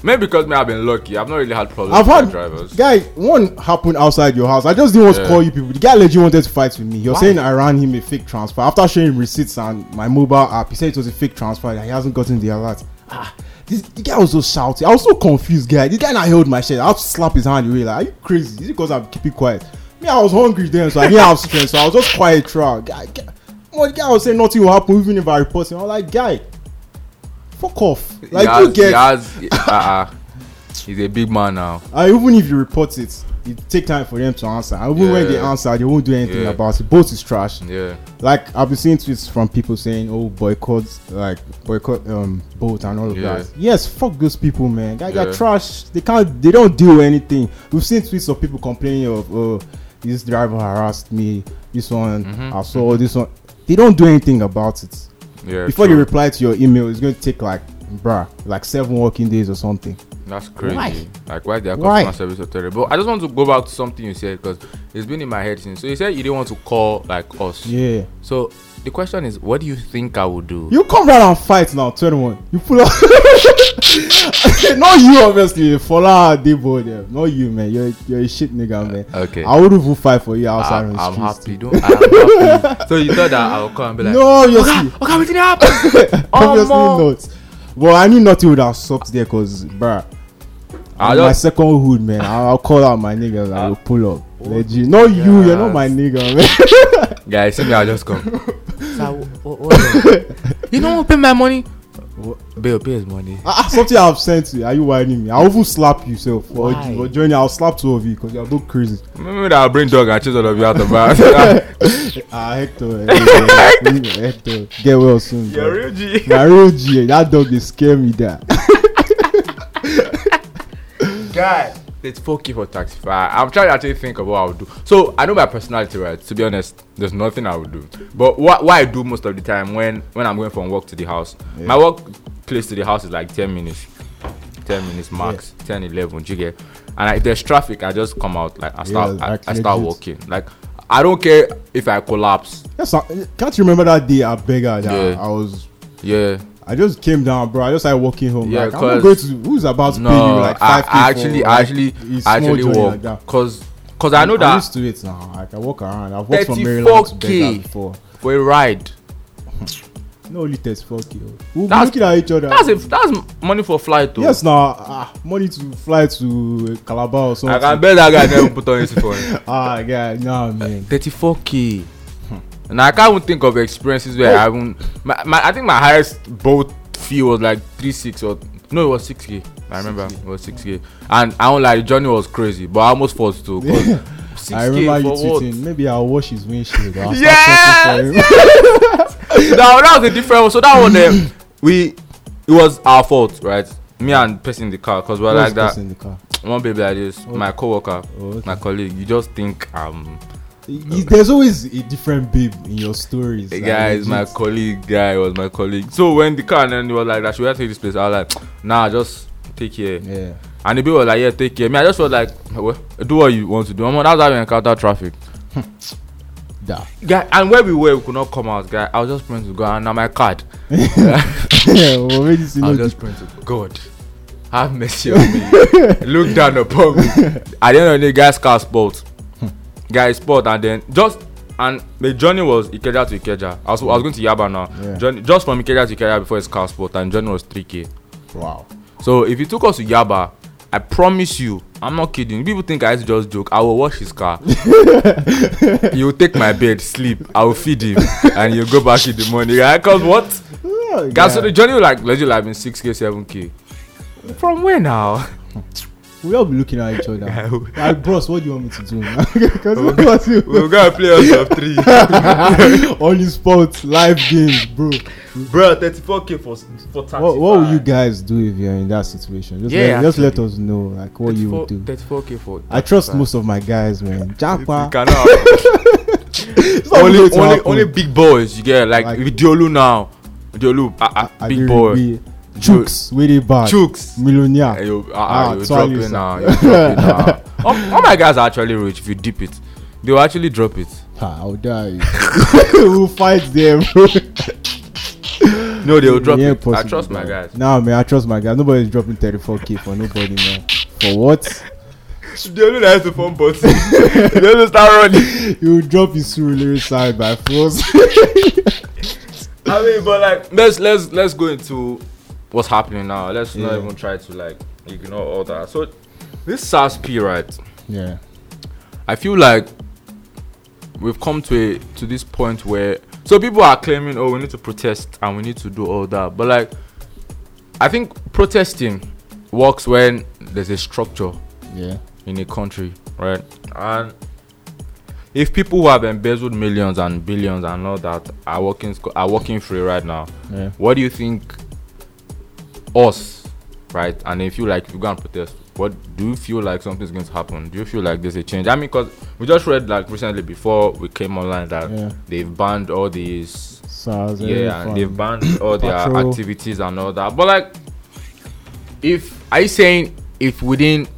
Speaker 1: maybe because me, I've been lucky. I've not really had problems
Speaker 2: I've
Speaker 1: with
Speaker 2: had
Speaker 1: drivers.
Speaker 2: guy one happened outside your house. I just didn't want
Speaker 1: Yeah.
Speaker 2: to call you people. The guy legit wanted to fight with me. You're saying I ran him a fake transfer after showing him receipts and my mobile app. He said it was a fake transfer. That he hasn't gotten the alert. Ah, this the guy was so shouting. I was so confused, guy. The guy now held my shirt. I had to slap his hand away. Like, are you crazy? Is it because I'm keeping quiet? Me, I was hungry then, so I didn't have strength. So I was just quiet throughout. Guy, guy, well, the guy was saying nothing will happen even if I report him. I was like, guy, fuck off. Like
Speaker 1: He
Speaker 2: you
Speaker 1: has- he
Speaker 2: get
Speaker 1: has, uh, uh, He's a big man now.
Speaker 2: And even if you report it, it take time for them to answer. And even when they
Speaker 1: Yeah.
Speaker 2: answer, they won't do anything
Speaker 1: Yeah. Mm.
Speaker 2: about it. Both is trash.
Speaker 1: Yeah.
Speaker 2: Like I've been seeing tweets from people saying, "Oh, boycott, like boycott, um, boat and all of
Speaker 1: Yeah.
Speaker 2: that." Yes, fuck those people, man. Guys
Speaker 1: Yeah.
Speaker 2: are trash. They can't. They don't do anything. We've seen tweets of people complaining of, "Oh, this driver harassed me. This one,
Speaker 1: Mhm.
Speaker 2: I saw this one." They don't do anything about it.
Speaker 1: Yeah.
Speaker 2: Before
Speaker 1: true.
Speaker 2: they reply to your email, it's going to take like, bruh, like seven working days or something.
Speaker 1: That's crazy.
Speaker 2: Why?
Speaker 1: Like why their
Speaker 2: Why?
Speaker 1: customer service are terrible. I just want to go back to something you said because it's been in my head since. So you said you didn't want to call like us.
Speaker 2: Yeah.
Speaker 1: So the question is, what do you think I would do?
Speaker 2: You come round and fight now, 21. You pull up. not you, obviously. Fola Debo there. Not you, man. You're, a- you're a shit nigga, man.
Speaker 1: Uh, okay.
Speaker 2: I wouldn't even fight for you outside
Speaker 1: I,
Speaker 2: on
Speaker 1: I'm
Speaker 2: the
Speaker 1: happy.
Speaker 2: streets.
Speaker 1: Don't, I'm happy. so you thought that I would come and be like,
Speaker 2: no, obviously.
Speaker 1: okay, we did it happen.
Speaker 2: obviously
Speaker 1: Omo.
Speaker 2: not. But I knew nothing would have stopped there because, bruh.
Speaker 1: I
Speaker 2: I'm my
Speaker 1: just,
Speaker 2: second hood, man. I'll, I'll call out my niggas. I will pull up.
Speaker 1: Oh,
Speaker 2: Legit. Not you. You're not
Speaker 1: yes.
Speaker 2: my nigga, man.
Speaker 1: guys, see me, I'll just come.
Speaker 3: you don't pay my money.
Speaker 1: Bill, pay his money.
Speaker 2: Ah, ah, Something I've sent to you. Are you whining me? I'll even slap yourself. Or,
Speaker 3: Why?
Speaker 2: or join you. I'll slap two of you because you're both crazy.
Speaker 1: Remember that I'll bring dog and chase all of you out of bed.
Speaker 2: Ah, Hector, Hector, Hector, get well soon. bro.
Speaker 1: You're real G.
Speaker 2: My real G, eh, that dog they scare me. That
Speaker 1: guy. It's fuck you for taxify. I'm trying to actually think of what I would do. So I know my personality, right? To be honest, there's nothing I would do. But what what I do most of the time when when I'm going from work to the house, my work place to the house is like 10 minutes, 10 minutes max, 10, 11. do You get, and I, if there's traffic, I just come out like I start
Speaker 2: Yeah,
Speaker 1: I,
Speaker 2: like
Speaker 1: I start
Speaker 2: legit.
Speaker 1: walking. Like I don't care if I collapse.
Speaker 2: That's not- can't you remember that day I beggar that
Speaker 1: Yeah.
Speaker 2: I was.
Speaker 1: Yeah,
Speaker 2: I just came down, bro. I just started walking home.
Speaker 1: Yeah,
Speaker 2: like, I'm not
Speaker 1: 'cause-
Speaker 2: going to. Who's about to
Speaker 1: no,
Speaker 2: pay you like
Speaker 1: I,
Speaker 2: five
Speaker 1: I actually I actually I actually walk because because I know
Speaker 2: I'm
Speaker 1: that
Speaker 2: used to it now. Like, I walk around. I've walked from Maryland to
Speaker 1: 34K.
Speaker 2: Beggar before.
Speaker 1: we ride.
Speaker 2: No, only 34k. oh. We'll be
Speaker 1: That's-
Speaker 2: looking at each other.
Speaker 1: That's if that's money for flight though.
Speaker 2: yes, now ah, money to fly to Calabar or
Speaker 1: I
Speaker 2: something.
Speaker 1: can bet that guy never put on his phone.
Speaker 2: Ah, yeah, nah, man.
Speaker 1: 34k.
Speaker 2: Hmm.
Speaker 1: And I can't even think of experiences
Speaker 2: Oh.
Speaker 1: where I haven't. My, my, I think my highest boat fee was like 3.6 or. No, it was 6k. I remember. It was 6k. And I don't like, the journey was crazy, but I almost forced to. 'cause 6k
Speaker 2: I remember you
Speaker 1: for what?
Speaker 2: tweeting. Maybe I'll wash his windshield. I'll start
Speaker 1: Yes!
Speaker 2: searching for him.
Speaker 1: now that was a different one. So that one, um, we. It was our fault, right? Me and person in the car, because we're like
Speaker 2: Who's
Speaker 1: that.
Speaker 2: pissing in the car?
Speaker 1: One baby like this, my coworker,
Speaker 2: Oh, okay.
Speaker 1: my colleague, you just think um.
Speaker 2: Y- There's always a different babe in your stories.
Speaker 1: The
Speaker 2: like,
Speaker 1: guy is my
Speaker 2: legit.
Speaker 1: colleague. Guy was my colleague. So when the car and then he was like, that, "Should I take this place?" I was like, "Nah, just take care."
Speaker 2: Yeah.
Speaker 1: And the people was like, "Yeah, take care." Me, I just was like, well, "Do what you want to do." Omo, that's how you encounter traffic,
Speaker 2: Da.
Speaker 1: guy. And where we were, we could not come out, guy. I was just praying to God, and now my card.
Speaker 2: yeah, well, already see
Speaker 1: I
Speaker 2: no
Speaker 1: was just praying to God. Have mercy on me. Look down upon me. At the end of the day, guys car sport. Hmm. Guys sport and then just and the journey was Ikeja to Ikeja. I was, I was going to Yaba now.
Speaker 2: Yeah.
Speaker 1: Journey, just from Ikeja to Ikeja before it's car sport and journey was 3k.
Speaker 2: diff- Wow.
Speaker 1: So if you took us to Yaba, I promise you, I'm not kidding. People think I used to just joke. I will wash his car. he will take my bed, sleep. I will feed him, and he'll go back in the morning. I cause what?
Speaker 2: Yeah,
Speaker 1: Guys, so
Speaker 2: guy.
Speaker 1: the journey will, like legit like been six k, seven k. From where now?
Speaker 2: we all be looking at each other.
Speaker 1: Yeah, we-
Speaker 2: like, bros, what do you want me to do? Because what do you want to
Speaker 1: We'll go and play us of three,
Speaker 2: on the spot, live games, bro.
Speaker 1: bro. Thirty four k for for taxi.
Speaker 2: What, what would you guys do if you're in that situation? Just,
Speaker 1: Yeah,
Speaker 2: let, just let us know, like what you would do.
Speaker 1: Thirty four k for.
Speaker 2: I trust most of my guys, man.
Speaker 1: You
Speaker 2: Japa,
Speaker 1: cannot.
Speaker 2: it's not
Speaker 1: only
Speaker 2: going to
Speaker 1: only
Speaker 2: happen.
Speaker 1: only big boys. You get like,
Speaker 2: Like-
Speaker 1: with Diolu now. Diolu, ah, ah, big boy.
Speaker 2: Adirigbe, Chooks, where they bad.
Speaker 1: Chooks.
Speaker 2: Millionaire.
Speaker 1: You, uh,
Speaker 2: Ah,
Speaker 1: you drop
Speaker 2: sorry,
Speaker 1: it
Speaker 2: sir.
Speaker 1: now. You drop it now. all, all my guys are actually rich. If you dip it, they will actually drop it.
Speaker 2: Ha, I'll die. we'll fight them. bro.
Speaker 1: No, they will drop
Speaker 2: Yeah,
Speaker 1: it. I
Speaker 2: possible,
Speaker 1: trust my
Speaker 2: bro.
Speaker 1: guys.
Speaker 2: Nah, man, I trust my guys. Nobody's dropping 34k for nobody, man. For what?
Speaker 1: They only has the phone button. they only start running.
Speaker 2: You drop his Surulere side by force.
Speaker 1: I mean, but like, let's let's let's go into what's happening now. Let's
Speaker 2: Yeah.
Speaker 1: not even try to like ignore all that. So, this SARS P, right?
Speaker 2: yeah.
Speaker 1: I feel like we've come to a to this point where so people are claiming, oh, we need to protest and we need to do all that, but like, I think protesting works when there's a structure
Speaker 2: Yeah.
Speaker 1: in a country, right? And if people who have embezzled millions and billions and all that are working sc- are working free right now,
Speaker 2: Yeah.
Speaker 1: what do you think us, right? And if you like, if you go and protest, what do you feel like something's going to happen? Do you feel like there's a change? I mean, because we just read like recently before we came online that
Speaker 2: Yeah.
Speaker 1: they've banned all these
Speaker 2: SARS.
Speaker 1: yeah, and they've banned all their
Speaker 2: Patrol.
Speaker 1: activities and all that. But like, if are you saying if we didn't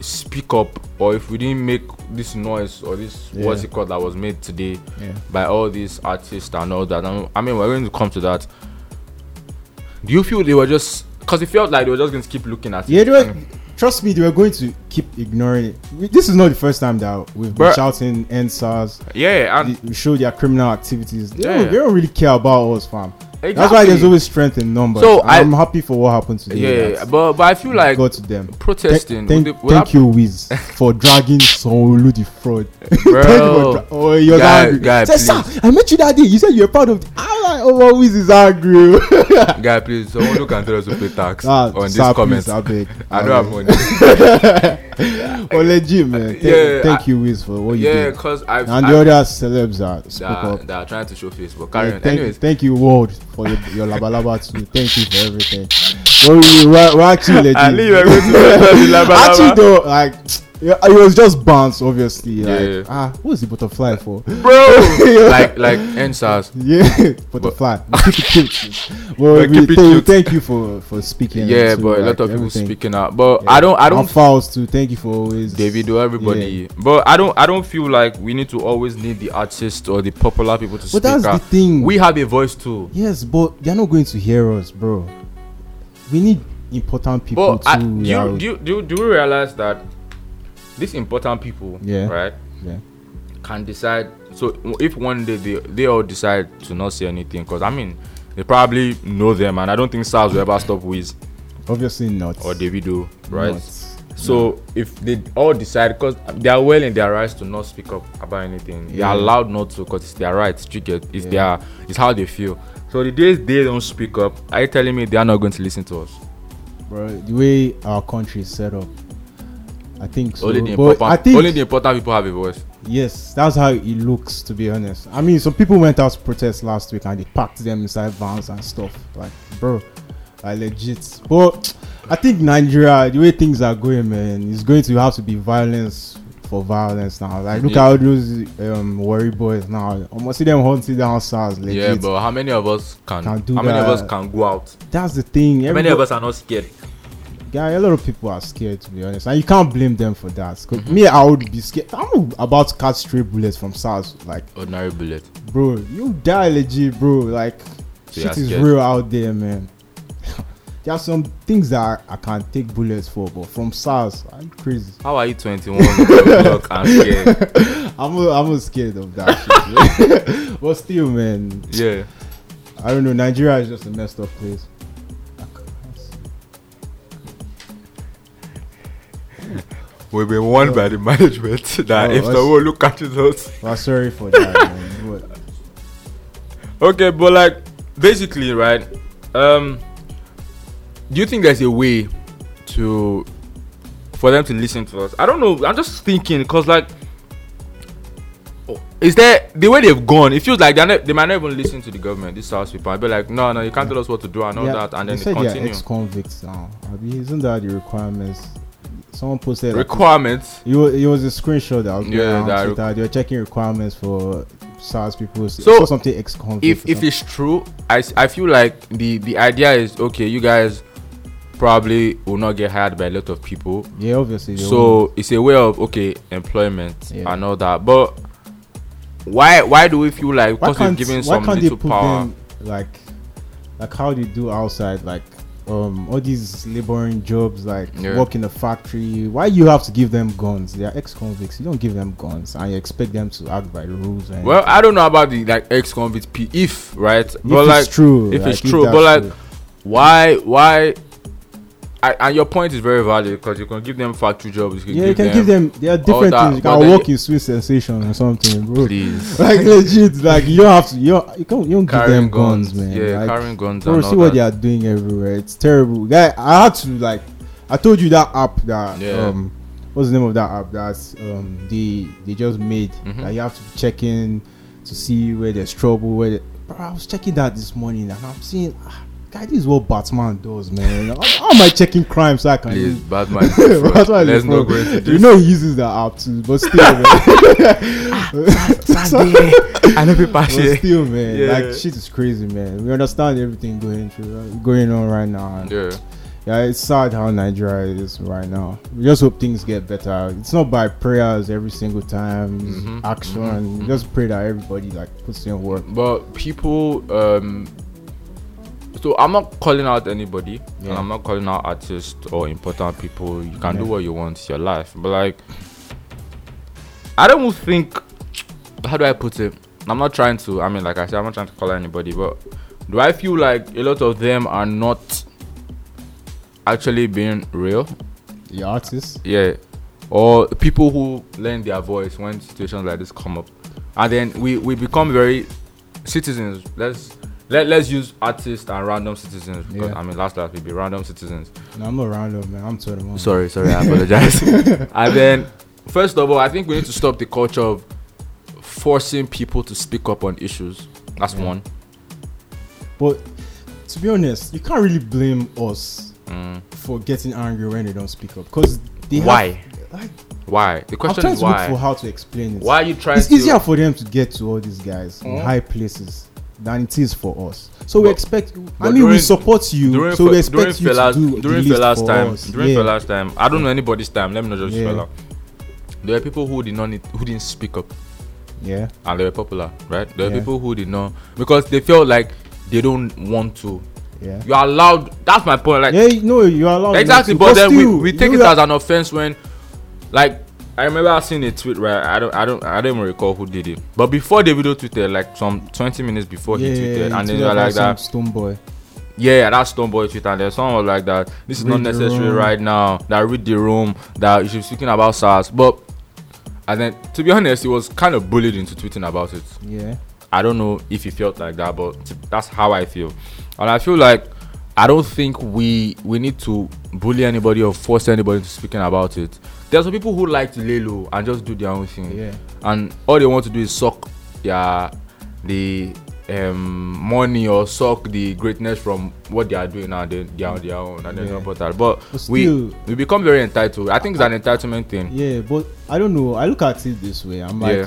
Speaker 1: speak up or if we didn't make this noise or this what's
Speaker 2: Yeah.
Speaker 1: it called that was made today
Speaker 2: Yeah.
Speaker 1: by all these artists and all that, and, I mean we're going to come to that. Do you feel they were just because it felt like they were just going to keep looking at
Speaker 2: Yeah,
Speaker 1: it?
Speaker 2: they were, trust me, they were going to keep ignoring it. We- This is not the first time that we've been
Speaker 1: Bruh.
Speaker 2: shouting end SARS.
Speaker 1: yeah, and
Speaker 2: the- We show their criminal activities. They,
Speaker 1: Yeah.
Speaker 2: don't, they don't really care about us, fam. That's why there's
Speaker 1: exactly.
Speaker 2: always strength in numbers.
Speaker 1: So
Speaker 2: So
Speaker 1: I-
Speaker 2: I'm happy for what happened today.
Speaker 1: yeah, but but I feel like
Speaker 2: go to them.
Speaker 1: protesting.
Speaker 2: Thank,
Speaker 1: would it-
Speaker 2: thank,
Speaker 1: would
Speaker 2: thank you, Wiz, for dragging Sonlu the fraud. Thank you for
Speaker 1: Bro.
Speaker 2: dra- oh, he was
Speaker 1: Guy-
Speaker 2: angry.
Speaker 1: guy,
Speaker 2: Say, sir, I met you that day. You said you were proud of. The- I'm like, oh, well, Wiz is angry.
Speaker 1: that- guy, please someone who can tell us to pay tax
Speaker 2: ah,
Speaker 1: on
Speaker 2: sir,
Speaker 1: this comment.
Speaker 2: Please, I beg.
Speaker 1: I don't have money.
Speaker 2: money. Oh, legit, man. Thank,
Speaker 1: Yeah,
Speaker 2: thank
Speaker 1: I-
Speaker 2: you, Wiz, for what you
Speaker 1: yeah,
Speaker 2: did.
Speaker 1: because I've,
Speaker 2: And
Speaker 1: I've
Speaker 2: the other celebs are spoke
Speaker 1: that,
Speaker 2: up.
Speaker 1: that are trying to show face, but
Speaker 2: Yeah,
Speaker 1: carry on.
Speaker 2: thank,
Speaker 1: Anyways,
Speaker 2: thank you, world, for your, your labalaba too. Thank you for everything. Well, we- we're, we're actually legit.
Speaker 1: Ali, we're going to mention the labalaba.
Speaker 2: Actually, though, like yeah, it was just bounce, obviously. Like,
Speaker 1: Yeah.
Speaker 2: ah, what's the butterfly for?
Speaker 1: bro, like like answers.
Speaker 2: Yeah, butterfly. We keep it cute. Well,
Speaker 1: But
Speaker 2: we
Speaker 1: keep it
Speaker 2: thank, you-
Speaker 1: cute.
Speaker 2: thank you for for speaking.
Speaker 1: Yeah,
Speaker 2: and too,
Speaker 1: but a lot
Speaker 2: like,
Speaker 1: of people
Speaker 2: everything.
Speaker 1: speaking out. But
Speaker 2: Yeah.
Speaker 1: I don't, I
Speaker 2: And
Speaker 1: don't,
Speaker 2: fouls too. Thank you for always
Speaker 1: David, or everybody.
Speaker 2: Yeah.
Speaker 1: But I don't, I don't feel like we need to always need the artists or the popular people to
Speaker 2: But
Speaker 1: speak
Speaker 2: that's the
Speaker 1: out.
Speaker 2: thing.
Speaker 1: We have a voice too.
Speaker 2: yes, but they're not going to hear us, bro. We need important people
Speaker 1: But I,
Speaker 2: to.
Speaker 1: do, you, do you do you do you realize that these important people,
Speaker 2: Yeah.
Speaker 1: right,
Speaker 2: Yeah.
Speaker 1: can decide. So if one day they they all decide to not say anything, because I mean. They probably know them, and I don't think SARS will ever stop with
Speaker 2: Obviously not.
Speaker 1: or Davido, right?
Speaker 2: Not.
Speaker 1: So if they all decide, because they are well in their rights to not speak up about anything, they
Speaker 2: Yeah.
Speaker 1: are allowed not to, because it's their rights. You get it's
Speaker 2: Yeah.
Speaker 1: their it's how they feel. So the days they don't speak up, are you telling me they are not going to listen to us?
Speaker 2: bro. The way our country is set up, I think so.
Speaker 1: only the
Speaker 2: but
Speaker 1: important,
Speaker 2: I think
Speaker 1: only the important people have a voice.
Speaker 2: yes, that's how it looks. To be honest, I mean, some people went out to protest last week and they packed them inside vans and stuff. Like, bro, I legit. But I think Nigeria, the way things are going, man, is going to have to be violence. For violence now, like look at
Speaker 1: Yeah.
Speaker 2: all those um worry boys now. Almost see them hunting down SARS. Legit.
Speaker 1: Yeah, but how many of us can?
Speaker 2: Can do
Speaker 1: how many of us
Speaker 2: that.
Speaker 1: can go out?
Speaker 2: that's the thing.
Speaker 1: How many of
Speaker 2: everybody-
Speaker 1: us are not scared?
Speaker 2: guy a lot of people are scared to be honest and you can't blame them for that 'Cause
Speaker 1: Mm-hmm.
Speaker 2: me i would be scared i'm about to catch stray bullets from sars like
Speaker 1: Ordinary bullet.
Speaker 2: bro you die legit bro like
Speaker 1: So you
Speaker 2: shit
Speaker 1: are
Speaker 2: is
Speaker 1: scared.
Speaker 2: real out there man there are some things that i can take bullets for but from sars i'm crazy
Speaker 1: How are you 21 o'clock and scared?
Speaker 2: i'm a, i'm a scared of that shit, man. but still man
Speaker 1: Yeah.
Speaker 2: i don't know nigeria is just a messed up place
Speaker 1: We've been warned by the management that
Speaker 2: Oh,
Speaker 1: if
Speaker 2: I see.
Speaker 1: someone look at us,
Speaker 2: well sorry for that man. But-
Speaker 1: Okay, but like basically, right? Um do you think there's a way to for them to listen to us? I don't know. I'm just thinking because like is there the way they've gone? It feels like they're not, they might not even listen to the government. These South people, I'd be like, no, no, you can't tell us what to do and all that, and
Speaker 2: they
Speaker 1: then they
Speaker 2: said they are
Speaker 1: continue.
Speaker 2: ex-convicts now. I mean, isn't that the requirements? Someone posted. Like,
Speaker 1: Requirements.
Speaker 2: it, was, it was a screenshot that was going
Speaker 1: Yeah,
Speaker 2: around
Speaker 1: that
Speaker 2: Twitter. they were checking requirements for SARS people. So,
Speaker 1: So,
Speaker 2: something ex-convict.
Speaker 1: if
Speaker 2: or
Speaker 1: if it's true I, s- I feel like the the idea is okay you guys probably will not get hired by a lot of people
Speaker 2: something. yeah, obviously. they won't.
Speaker 1: so it's a way of okay employment
Speaker 2: Yeah.
Speaker 1: and all that but why why do we feel like because
Speaker 2: why
Speaker 1: we've
Speaker 2: can't
Speaker 1: given
Speaker 2: why
Speaker 1: some
Speaker 2: can't they
Speaker 1: little
Speaker 2: put
Speaker 1: power
Speaker 2: them like like how they do outside like. Um, all these laboring jobs like
Speaker 1: Yeah.
Speaker 2: work in a factory why you have to give them guns they are ex-convicts you don't give them guns and you expect them to act by the rules and
Speaker 1: well i don't know about the like ex-convict p if right but
Speaker 2: if
Speaker 1: like
Speaker 2: it's true
Speaker 1: if
Speaker 2: like,
Speaker 1: it's true but
Speaker 2: that's
Speaker 1: like
Speaker 2: true.
Speaker 1: why why I, and your point is very valid because you can give them factory jobs you can,
Speaker 2: Yeah,
Speaker 1: give,
Speaker 2: you can
Speaker 1: them,
Speaker 2: give them. There are different
Speaker 1: that,
Speaker 2: things. You
Speaker 1: but
Speaker 2: can
Speaker 1: then
Speaker 2: walk
Speaker 1: you-
Speaker 2: in sweet sensation or something, bro.
Speaker 1: please
Speaker 2: Like legit, like you don't have to. You don't, you don't, you don't give
Speaker 1: carrying
Speaker 2: them
Speaker 1: guns,
Speaker 2: guns, man.
Speaker 1: yeah
Speaker 2: like,
Speaker 1: carrying guns
Speaker 2: bro,
Speaker 1: and
Speaker 2: see
Speaker 1: all
Speaker 2: what
Speaker 1: that.
Speaker 2: they are doing everywhere. It's terrible. Guy, I had to like. I told you that app that
Speaker 1: Yeah.
Speaker 2: um what's the name of that app that's um they they just made
Speaker 1: Mm-hmm.
Speaker 2: that you have to check in to see where there's trouble where the- Bro, I was checking that this morning and I'm seeing ah, guy this is what Batman does man how, how am I checking crime so I can
Speaker 1: Please,
Speaker 2: use
Speaker 1: Batman. is a fraud.
Speaker 2: Batman is
Speaker 1: Let's
Speaker 2: a fraud.
Speaker 1: not go into
Speaker 2: you
Speaker 1: this.
Speaker 2: know he uses that app too but still man,
Speaker 3: Sunday.
Speaker 1: I know people
Speaker 2: but still man
Speaker 1: Yeah.
Speaker 2: like shit is crazy man we understand everything going through uh, going on right now and
Speaker 1: Yeah.
Speaker 2: Yeah, it's sad how Nigeria is right now. We just hope things get better. It's not by prayers every single time, it's
Speaker 1: Mhm,
Speaker 2: action. We Just pray that everybody like puts in work.
Speaker 1: But people, um, so I'm not calling out anybody, and
Speaker 2: Yeah.
Speaker 1: I'm not calling out artists or important people. You can do
Speaker 2: Yeah.
Speaker 1: what you want, it's your life. But like, I don't think. How do I put it? I'm not trying to. I mean, like I said, I'm not trying to call out anybody. But do I feel like a lot of them are not actually being real?
Speaker 2: The artists,
Speaker 1: yeah or people who lend their voice when situations like this come up and then we we become very citizens let's let, let's use artists and random citizens because
Speaker 2: Yeah.
Speaker 1: i mean last last we be random citizens
Speaker 2: no, I'm not random man. I'm 21.
Speaker 1: sorry sorry i apologize and then first of all i think we need to stop the culture of forcing people to speak up on issues that's
Speaker 2: Yeah.
Speaker 1: one
Speaker 2: but to be honest, you can't really blame us
Speaker 1: Mm.
Speaker 2: for getting angry when they don't speak up because they
Speaker 1: why
Speaker 2: Have, like,
Speaker 1: why the
Speaker 2: I'm
Speaker 1: question
Speaker 2: trying
Speaker 1: is
Speaker 2: to
Speaker 1: why
Speaker 2: look for how to explain it.
Speaker 1: why are you trying
Speaker 2: it's
Speaker 1: to
Speaker 2: easier for them to get to all these guys in
Speaker 1: Mhm.
Speaker 2: high places than it is for us. So we
Speaker 1: But-
Speaker 2: expect. I
Speaker 1: but
Speaker 2: mean, we
Speaker 1: during-
Speaker 2: support you.
Speaker 1: during
Speaker 2: So we
Speaker 1: fe-
Speaker 2: expect you
Speaker 1: during
Speaker 2: to
Speaker 1: Fela's-
Speaker 2: do
Speaker 1: during
Speaker 2: the least
Speaker 1: Fela's
Speaker 2: for
Speaker 1: time
Speaker 2: us.
Speaker 1: during
Speaker 2: yeah.
Speaker 1: Fela's time I don't know anybody's time let me not just
Speaker 2: Yeah.
Speaker 1: Fela there were people who did not need, who didn't speak up
Speaker 2: Yeah.
Speaker 1: and they were popular right there were
Speaker 2: Yeah.
Speaker 1: people who did not because they felt like they don't want to
Speaker 2: Yeah.
Speaker 1: you are allowed that's my point like
Speaker 2: Yeah. You know, you are allowed.
Speaker 1: exactly but then we, we take it as
Speaker 2: as.
Speaker 1: an offense when like I remember I seen a tweet right I don't I don't I don't even recall who did it but before Davido tweeted like some 20 minutes before he tweeted and then they were like that
Speaker 2: Stone boy.
Speaker 1: yeah, that's Stone Boy tweet, and there's someone like that. This is not
Speaker 2: Read the
Speaker 1: necessary
Speaker 2: room.
Speaker 1: right now. That read the room. That you should be speaking about SARS. But and then to be honest, he was kind of bullied into tweeting about it.
Speaker 2: Yeah.
Speaker 1: I don't know if he felt like that, but t- that's how I feel. And I feel like I don't think we we need to bully anybody or force anybody to speaking about it. There's some people who like to lay low and just do their own thing
Speaker 2: Yeah.
Speaker 1: and all they want to do is suck their the um, money or suck the greatness from what they are doing and they, they are on their own and
Speaker 2: Yeah.
Speaker 1: they're not about that. But,
Speaker 2: But
Speaker 1: we
Speaker 2: still-
Speaker 1: we become very entitled. I think it's an entitlement thing.
Speaker 2: Yeah. But I don't know. I look at it this way. I'm like.
Speaker 1: Yeah.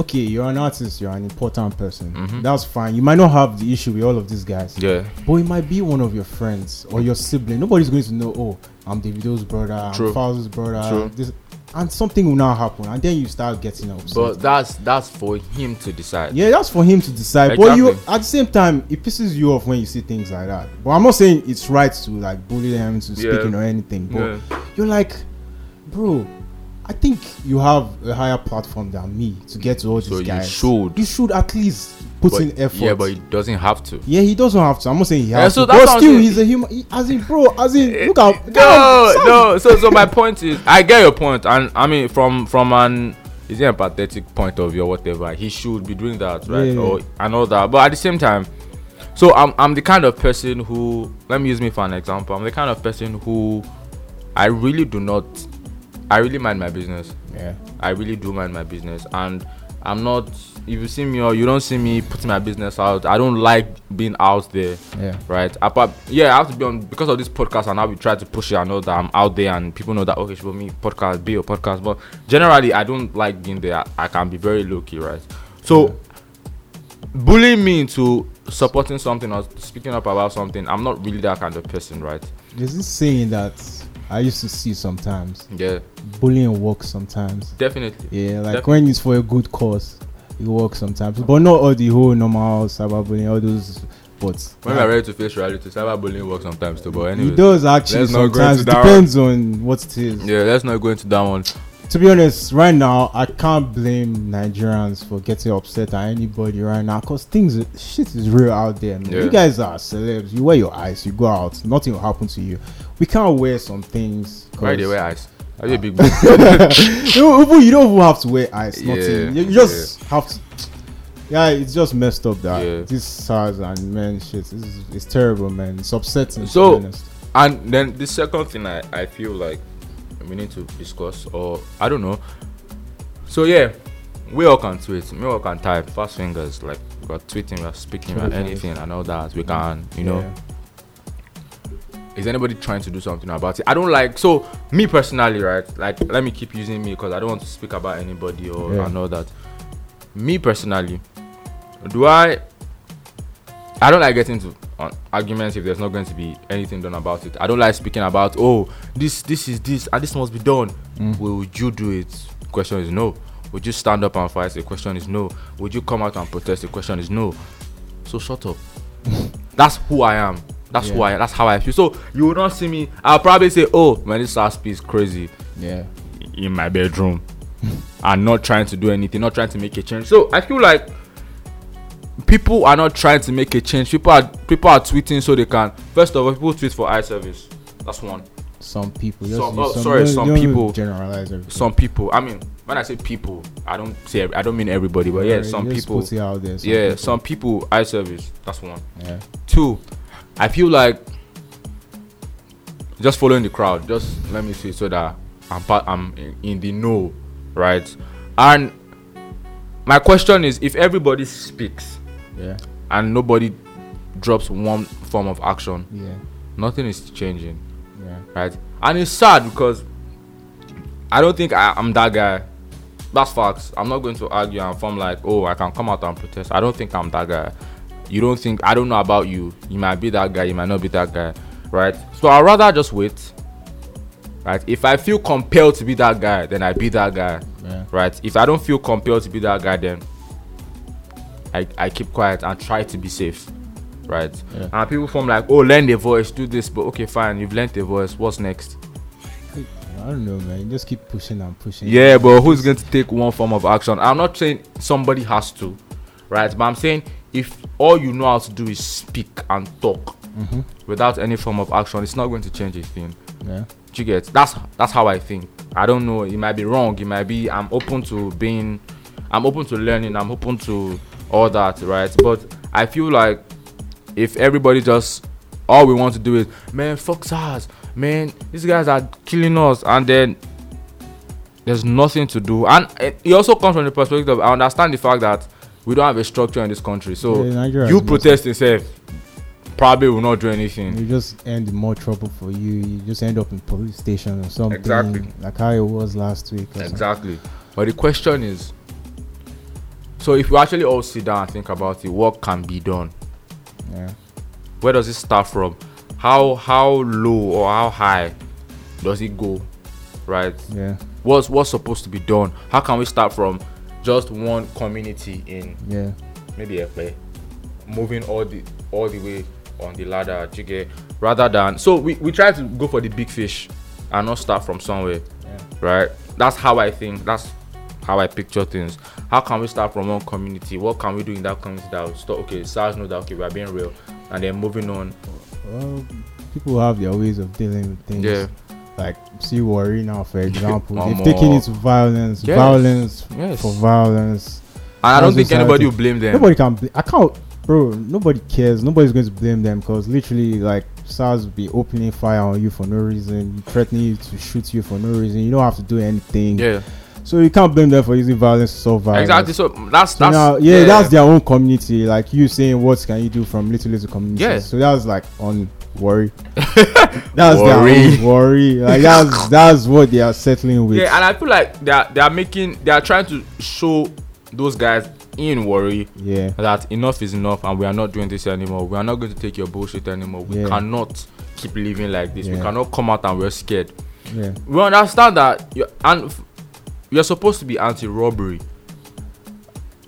Speaker 2: Okay, you're an artist, you're an important person.
Speaker 1: Mm-hmm.
Speaker 2: That's fine. You might not have the issue with all of these guys.
Speaker 1: Yeah,
Speaker 2: But it might be one of your friends or your sibling. Nobody's going to know, oh, I'm Davido's brother,
Speaker 1: True.
Speaker 2: I'm Fowl's brother.
Speaker 1: True.
Speaker 2: This, and something will now happen. And then you start getting upset.
Speaker 1: but that's that's for him to decide.
Speaker 2: yeah, that's for him to decide. But you,
Speaker 1: Exactly.
Speaker 2: at the same time, it pisses you off when you see things like that. But I'm not saying it's right to like bully them to
Speaker 1: Yeah.
Speaker 2: speaking or anything. But
Speaker 1: Yeah.
Speaker 2: you're like, bro, I think you have a higher platform than me to get to all these
Speaker 1: So you
Speaker 2: guys.
Speaker 1: should.
Speaker 2: You should at least put
Speaker 1: But-
Speaker 2: in effort.
Speaker 1: Yeah, but he doesn't have to.
Speaker 2: Yeah, he doesn't have to. I'm not saying he has
Speaker 1: so
Speaker 2: to.
Speaker 1: that's what
Speaker 2: But
Speaker 1: I'm
Speaker 2: still,
Speaker 1: saying. Eh,
Speaker 2: he's a human. He, as in, bro, as in, look out. look
Speaker 1: No,
Speaker 2: out, son.
Speaker 1: no. So, so my point is, I get your point, and I mean from from an is it a pathetic point of view or whatever, he should be doing that, right?
Speaker 2: Yeah.
Speaker 1: Or and all that. But at the same time, so I'm I'm the kind of person who let me use me for an example. I'm the kind of person who I really do not, I really mind my business.
Speaker 2: Yeah,
Speaker 1: I really do mind my business, and I'm not. If you see me or you don't see me putting my business out, I don't like being out there
Speaker 2: yeah,
Speaker 1: right? Apart, yeah, I have to be on because of this podcast, and how we try to push it. I know that I'm out there, and people know that okay, should me podcast, be your podcast. But generally, I don't like being there. I, I can be very low key, right? So, bullying me into supporting something or speaking up about something, I'm not really that kind of person, right?
Speaker 2: There's this saying that I used to see sometimes.
Speaker 1: Yeah,
Speaker 2: Bullying works sometimes.
Speaker 1: definitely.
Speaker 2: Yeah, like
Speaker 1: Def-
Speaker 2: when it's for a good cause, it works sometimes. But not all the whole normal cyberbullying, all those. But
Speaker 1: When we're ready to face reality, cyberbullying works sometimes too. But anyway,
Speaker 2: it does actually
Speaker 1: let's not go
Speaker 2: sometimes. It
Speaker 1: into that
Speaker 2: depends on what it is.
Speaker 1: yeah, let's not go into that one.
Speaker 2: to be honest, right now I can't blame Nigerians for getting upset at anybody right now because things shit is real out there. Man.
Speaker 1: Yeah.
Speaker 2: You guys are celebs. You wear your eyes. You go out. Nothing will happen to you. We can't wear some things. 'cause-
Speaker 1: Why they wear ice? Are you a big boy?
Speaker 2: You- even you don't even have to wear eyes. Nothing.
Speaker 1: Yeah,
Speaker 2: You you just have to. Yeah, it's just messed up that
Speaker 1: Yeah.
Speaker 2: this SARS and man shit. It's, it's terrible, man. It's upsetting. to
Speaker 1: So-
Speaker 2: be honest.
Speaker 1: And then the second thing I, I feel like we need to discuss, or I don't know. So yeah, we all can tweet, we all can type, fast fingers, like we are tweeting, we are speaking, we are
Speaker 2: Totally.
Speaker 1: anything and all that. We can, you know. Is anybody trying to do something about it? I don't like so me personally, right? Like let me keep using me because I don't want to speak about anybody or
Speaker 2: Yeah.
Speaker 1: and all that. Me personally, do I I don't like getting into uh, arguments if there's not going to be anything done about it. I don't like speaking about oh this this is this and this must be done. Will would you do it? Question is no. Would you stand up and fight? The question is no. Would you come out and protest? The question is no. So shut up. That's who I am. That's who I. That's how I feel. So you will not see me. I'll probably say oh man this last piece crazy
Speaker 2: Yeah.
Speaker 1: in my bedroom and not trying to do anything, not trying to make a change. So I feel like people are not trying to make a change. People are people are tweeting so they can. First of all, people tweet for eye service. That's one.
Speaker 2: Some people.
Speaker 1: just- Some- oh, some- sorry, don't- some don't people-
Speaker 2: Generalize everything.
Speaker 1: Some people. I mean, when I say people, I don't say every- I don't mean everybody, but yeah, some people.
Speaker 2: Put it out there. some
Speaker 1: Yeah,
Speaker 2: people.
Speaker 1: some people eye service. That's one.
Speaker 2: Yeah.
Speaker 1: Two, I feel like just following the crowd. Just let me see so that I'm part. I'm in, in the know, right? And my question is, if everybody speaks
Speaker 2: Yeah.
Speaker 1: and nobody drops one form of action,
Speaker 2: Yeah.
Speaker 1: nothing is changing,
Speaker 2: Yeah.
Speaker 1: right? And it's sad because I don't think I, I'm that guy. That's facts. I'm not going to argue and form like, oh, I can come out and protest. I don't think I'm that guy. You don't think I don't know about you. You might be that guy. You might not be that guy, right? So I'd rather just wait. Right? If I feel compelled to be that guy, then I be that guy.
Speaker 2: Yeah.
Speaker 1: Right? If I don't feel compelled to be that guy, then I, I keep quiet and try to be safe. Right?
Speaker 2: Yeah.
Speaker 1: And people form like, oh, lend a voice, do this, but okay, fine, you've lent a voice. What's next?
Speaker 2: I don't know, man. Just keep pushing and pushing.
Speaker 1: Yeah, but who's going to take one form of action? I'm not saying somebody has to, right? But I'm saying if all you know how to do is speak and talk without any form of action, it's not going to change a thing.
Speaker 2: Yeah.
Speaker 1: Do you get? That's that's how I think. I don't know. It might be wrong. It might be. I'm open to being. I'm open to learning. I'm open to all that, right? But I feel like if everybody just all we want to do is man fuck SARS, man these guys are killing us, and then there's nothing to do. And it it also comes from the perspective. of I understand the fact that we don't have a structure in this country, so
Speaker 2: Yeah, Nigeria
Speaker 1: you
Speaker 2: has no
Speaker 1: protest yourself probably will not do anything.
Speaker 2: You just end in more trouble for you. You just end up in police station or something.
Speaker 1: Exactly.
Speaker 2: Like how it was last week. Or something.
Speaker 1: Exactly. But the question is so if you actually all sit down and think about it, what can be done?
Speaker 2: Yeah.
Speaker 1: Where does it start from? How how low or how high does it go? Right?
Speaker 2: Yeah.
Speaker 1: What's what's supposed to be done? How can we start from just one community in
Speaker 2: Yeah.
Speaker 1: maybe Epe, moving all the all the way on the ladder, do you get? rather than so we, we try to go for the big fish and not start from somewhere
Speaker 2: Yeah.
Speaker 1: right? That's how I think. That's how I picture things. How can we start from one community? What can we do in that community that will stop? Okay, SARS know that okay, we are being real, and then moving on.
Speaker 2: Well, people have their ways of dealing with things.
Speaker 1: Yeah.
Speaker 2: Like see worry now, for example,
Speaker 1: Omo.
Speaker 2: they've taken it to violence,
Speaker 1: Yes.
Speaker 2: violence
Speaker 1: Yes.
Speaker 2: for violence.
Speaker 1: And I don't
Speaker 2: As
Speaker 1: think
Speaker 2: society.
Speaker 1: anybody will blame them.
Speaker 2: Nobody can. Bl- I can't, bro. Nobody cares. Nobody's going to blame them because literally, like SARS will be opening fire on you for no reason, threatening you to shoot you for no reason. You don't have to do anything.
Speaker 1: Yeah,
Speaker 2: So you can't blame them for using violence to solve violence.
Speaker 1: exactly. So that's
Speaker 2: So
Speaker 1: that's
Speaker 2: now, yeah, that's their own community. Like you saying, what can you do from little little community?
Speaker 1: Yeah.
Speaker 2: So that's like on worry. that's
Speaker 1: Worry.
Speaker 2: their own worry. Like that's that's what they are settling with.
Speaker 1: yeah, and I feel like they are they are making they are trying to show those guys in worry
Speaker 2: Yeah.
Speaker 1: that enough is enough and we are not doing this anymore. We are not going to take your bullshit anymore. We
Speaker 2: Yeah.
Speaker 1: cannot keep living like this. We
Speaker 2: Yeah.
Speaker 1: cannot come out and we're scared.
Speaker 2: Yeah.
Speaker 1: we understand that you're, and f- you're supposed to be anti-robbery.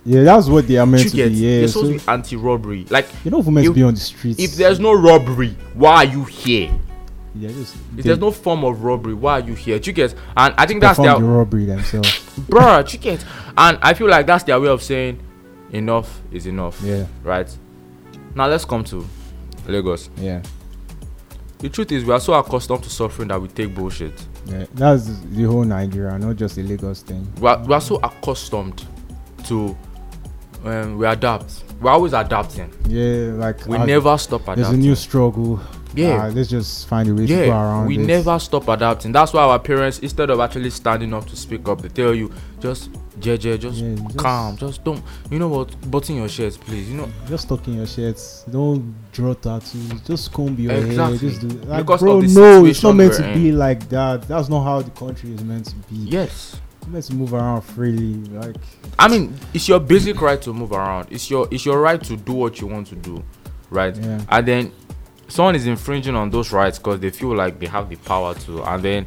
Speaker 2: Yeah. That's what they are meant
Speaker 1: You
Speaker 2: to
Speaker 1: get?
Speaker 2: be.
Speaker 1: you're
Speaker 2: Yeah. So
Speaker 1: supposed to be anti-robbery. Like
Speaker 2: you're not even meant
Speaker 1: you-
Speaker 2: to be on the streets.
Speaker 1: if there's no robbery, why are you here?
Speaker 2: yeah, just
Speaker 1: If
Speaker 2: they
Speaker 1: there's no form of robbery, why are you here? Do you get? And I think that's
Speaker 2: perform
Speaker 1: their
Speaker 2: the robbery themselves.
Speaker 1: bruh. do you get? And I feel like that's their way of saying enough is enough.
Speaker 2: Yeah.
Speaker 1: Right. Now let's come to Lagos.
Speaker 2: Yeah.
Speaker 1: The truth is, we are so accustomed to suffering that we take bullshit.
Speaker 2: Yeah. That's the whole Nigeria, not just the Lagos thing.
Speaker 1: we are, we are so accustomed to um, we adapt we're always adapting
Speaker 2: Yeah. Like
Speaker 1: we
Speaker 2: uh,
Speaker 1: never stop
Speaker 2: There's
Speaker 1: adapting
Speaker 2: a new struggle. ah,
Speaker 1: yeah
Speaker 2: let's just find a way to go
Speaker 1: yeah
Speaker 2: around
Speaker 1: we
Speaker 2: it.
Speaker 1: never stop adapting that's why our parents instead of actually standing up to speak up they tell you just jeje just
Speaker 2: Yeah, just-
Speaker 1: calm just don't you know what button your shirts please you know
Speaker 2: just tuck in your shirts. Don't draw tattoos. Just comb your hair.
Speaker 1: Exactly.
Speaker 2: Just do like,
Speaker 1: Because
Speaker 2: bro,
Speaker 1: of the
Speaker 2: no, it's not
Speaker 1: situation
Speaker 2: meant to
Speaker 1: we're
Speaker 2: be like that. That's not how the country is meant to be.
Speaker 1: yes
Speaker 2: It's meant to move around freely. Like
Speaker 1: I mean, it's your basic right to move around. It's your it's your right to do what you want to do, right?
Speaker 2: Yeah.
Speaker 1: And then someone is infringing on those rights because they feel like they have the power to. And then